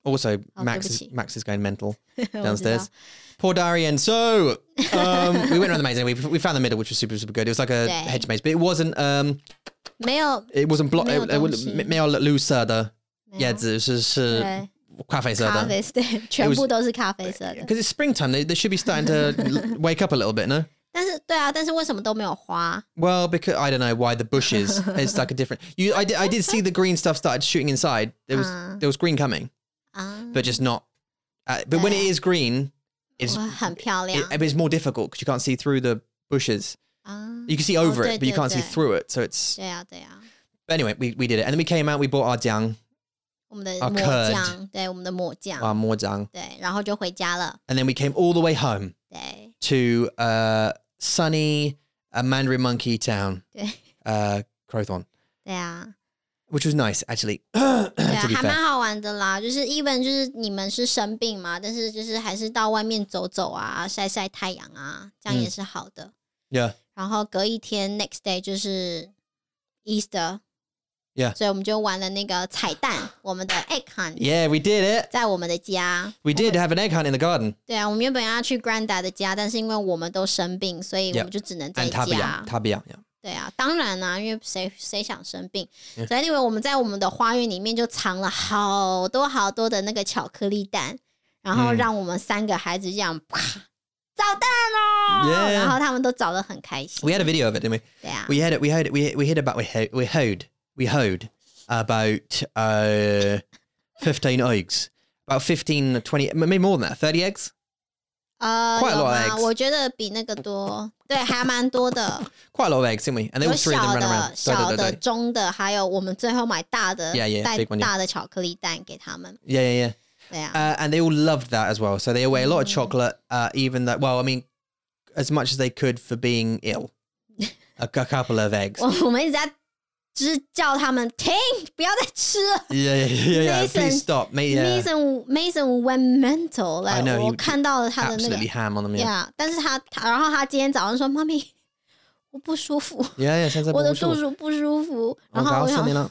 Speaker 1: Also,
Speaker 2: Oh,
Speaker 1: Max
Speaker 2: 对不
Speaker 1: is,
Speaker 2: 起
Speaker 1: Max is going mental
Speaker 2: 我知道
Speaker 1: downstairs. Poor Darian. So um, we went around the maze and we, we found the middle, which was super super good. It was like a
Speaker 2: Yeah.
Speaker 1: hedge maze, but it wasn't um,
Speaker 2: 没有，
Speaker 1: it wasn't blocked. It, it was
Speaker 2: 没有东西。对。咖
Speaker 1: 没有路色的，yeah，是是是咖啡色的。啊
Speaker 2: 啡色， 全部都是咖啡色的。
Speaker 1: Because it's springtime, they, they should be starting to l- wake up a little bit, no?
Speaker 2: 但是对啊，但是为什么都没有花？
Speaker 1: Well, because I don't know why the bushes. It's like a different. You, I did, I did see the green stuff started shooting inside. There was
Speaker 2: Ah.
Speaker 1: there was green coming,
Speaker 2: 啊，
Speaker 1: but just not. Uh, but when it is green, it's
Speaker 2: 哇很漂亮
Speaker 1: it, but it's more difficult because you can't see through the bushes.
Speaker 2: 啊。
Speaker 1: You can see over
Speaker 2: Oh,
Speaker 1: it, but you can't see
Speaker 2: 对，对，对。
Speaker 1: through it. So it's.
Speaker 2: 对啊，对啊，
Speaker 1: But anyway, we, we did it, and then we came out. We bought our jiang,
Speaker 2: 我们的
Speaker 1: 啊
Speaker 2: 抹
Speaker 1: ，curd
Speaker 2: 酱，对，我们的抹酱，
Speaker 1: our more jiang,
Speaker 2: 对，然后就回家了。
Speaker 1: and then we came all the way home.
Speaker 2: 对
Speaker 1: to uh, sunny uh, Mandarin Monkey Town,
Speaker 2: 对
Speaker 1: uh, Crowthorne,
Speaker 2: 对啊，
Speaker 1: which was nice actually.
Speaker 2: 对啊
Speaker 1: to，be
Speaker 2: 还
Speaker 1: fair,
Speaker 2: 蛮好玩的啦。就是 even 就是你们是生病嘛，但是就是还是到外面走走啊，晒晒太阳啊，
Speaker 1: 嗯
Speaker 2: 这样也是好的。
Speaker 1: yeah,
Speaker 2: 然后隔一天 next day 就是 Easter。
Speaker 1: Yeah
Speaker 2: 所以我们就玩了那个彩蛋，我们的 egg hunt，
Speaker 1: yeah, we did it.
Speaker 2: 在我们的家。
Speaker 1: We did have an egg hunt in the garden
Speaker 2: 对啊，我们原本要去 Granda 的家，但是因为我们都生病，所以
Speaker 1: Yep
Speaker 2: 我们就只能在
Speaker 1: and
Speaker 2: 家。
Speaker 1: Tabiya, Tabiya. Yeah.
Speaker 2: 对啊，当然啦、因为谁谁想生病
Speaker 1: Yeah
Speaker 2: 所以因为我们在我们的花园里面就藏了好多好多的那个巧克力蛋，然后
Speaker 1: 嗯
Speaker 2: 让我们三个孩子这样啪找蛋哦
Speaker 1: Yeah
Speaker 2: 然后他们都找得很开心。
Speaker 1: We had a video of it, didn't we?
Speaker 2: 对啊，
Speaker 1: We had it. We had it. We we hit about we ho- we hoed we hoed about uh, fifteen eggs, about 15, 20, maybe more than that, thirty eggs.
Speaker 2: 呃，
Speaker 1: quite a
Speaker 2: 有
Speaker 1: lot of
Speaker 2: 吗？
Speaker 1: eggs
Speaker 2: 我觉得比那个多，对，还蛮 多的，
Speaker 1: Quite a lot of eggs, didn't we? And they all
Speaker 2: 有
Speaker 1: three of them
Speaker 2: 小
Speaker 1: ran around.
Speaker 2: 的、小
Speaker 1: Da, da, da,
Speaker 2: 的、
Speaker 1: da.
Speaker 2: 中的，还有我们最后买大的
Speaker 1: Yeah, yeah,
Speaker 2: 带
Speaker 1: big one, yeah.
Speaker 2: 大的巧克力蛋给他们。
Speaker 1: Yeah, yeah, yeah.
Speaker 2: 对啊，
Speaker 1: uh, and they all loved that as well. So they away a lot of
Speaker 2: Mm.
Speaker 1: chocolate, uh, even that. Well, I mean, as much as they could for being ill, a, c- a couple of eggs.
Speaker 2: 我我们一直在就是叫他们停，不要再吃了。
Speaker 1: yeah, yeah, yeah, yeah.
Speaker 2: Mason-
Speaker 1: Please stop, mate. Yeah,
Speaker 2: Mason Mason went mental，来
Speaker 1: I know,
Speaker 2: 我
Speaker 1: he-
Speaker 2: 看到了他的那个
Speaker 1: absolutely ham on them. Yeah,
Speaker 2: yeah，但是他他然后他今天早上说妈咪，我不舒服，
Speaker 1: yeah, yeah. Sounds like
Speaker 2: 我的
Speaker 1: bullshit.
Speaker 2: 肚子不舒服，然
Speaker 1: Oh,
Speaker 2: 后
Speaker 1: God,
Speaker 2: 我想
Speaker 1: something like-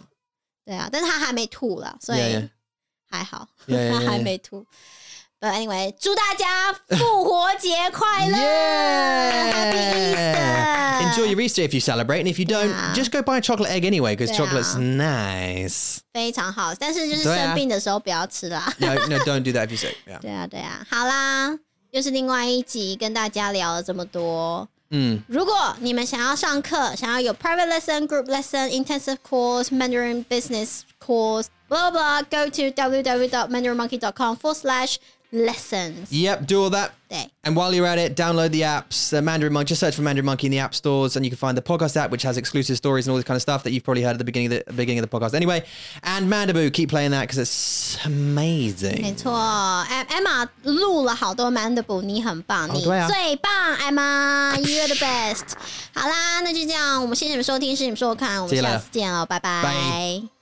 Speaker 2: 对啊，但是他还没吐了，所
Speaker 1: Yeah,
Speaker 2: 以
Speaker 1: yeah.
Speaker 2: 还好，
Speaker 1: Yeah, yeah,
Speaker 2: 他还
Speaker 1: yeah.
Speaker 2: 没吐。But anyway，祝大家复活节快乐
Speaker 1: Yeah.
Speaker 2: Happy Easter，
Speaker 1: Enjoy your Easter if you celebrate, and if you don't,
Speaker 2: Yeah.
Speaker 1: just go buy a chocolate egg anyway because
Speaker 2: Yeah.
Speaker 1: chocolate's nice.
Speaker 2: 非常好，但是就是
Speaker 1: 对啊
Speaker 2: 生病的时候不要吃啦。
Speaker 1: No, no, don't do that if you sick. Yeah.
Speaker 2: 对啊，对啊，好啦，又是另外一集跟大家聊了这么多。
Speaker 1: Mm.
Speaker 2: 如果你们想要上课，想要有 private lesson、group lesson、intensive course、Mandarin business course、blah blah go to www.mandarinmonkey.com forward slash lessons。
Speaker 1: Yep. Do all that.
Speaker 2: 对，
Speaker 1: And while you're at it, download the apps, the Mandarin Monkey. Just search for Mandarin Monkey in the app stores, and you can find the podcast app, which has exclusive stories and all this kind of stuff that you've probably heard at the beginning of the beginning of the podcast. Anyway, and Mandaboo, keep playing that because it's amazing.
Speaker 2: 没错，Em-，Emma 录了好多 Mandible，你很棒，你
Speaker 1: 对啊
Speaker 2: 最棒，Emma，you're the best。好啦，那就这样，我们谢谢你们收听，是你们说我看，我们
Speaker 1: See you
Speaker 2: 下
Speaker 1: later
Speaker 2: 次见了，拜拜。
Speaker 1: Bye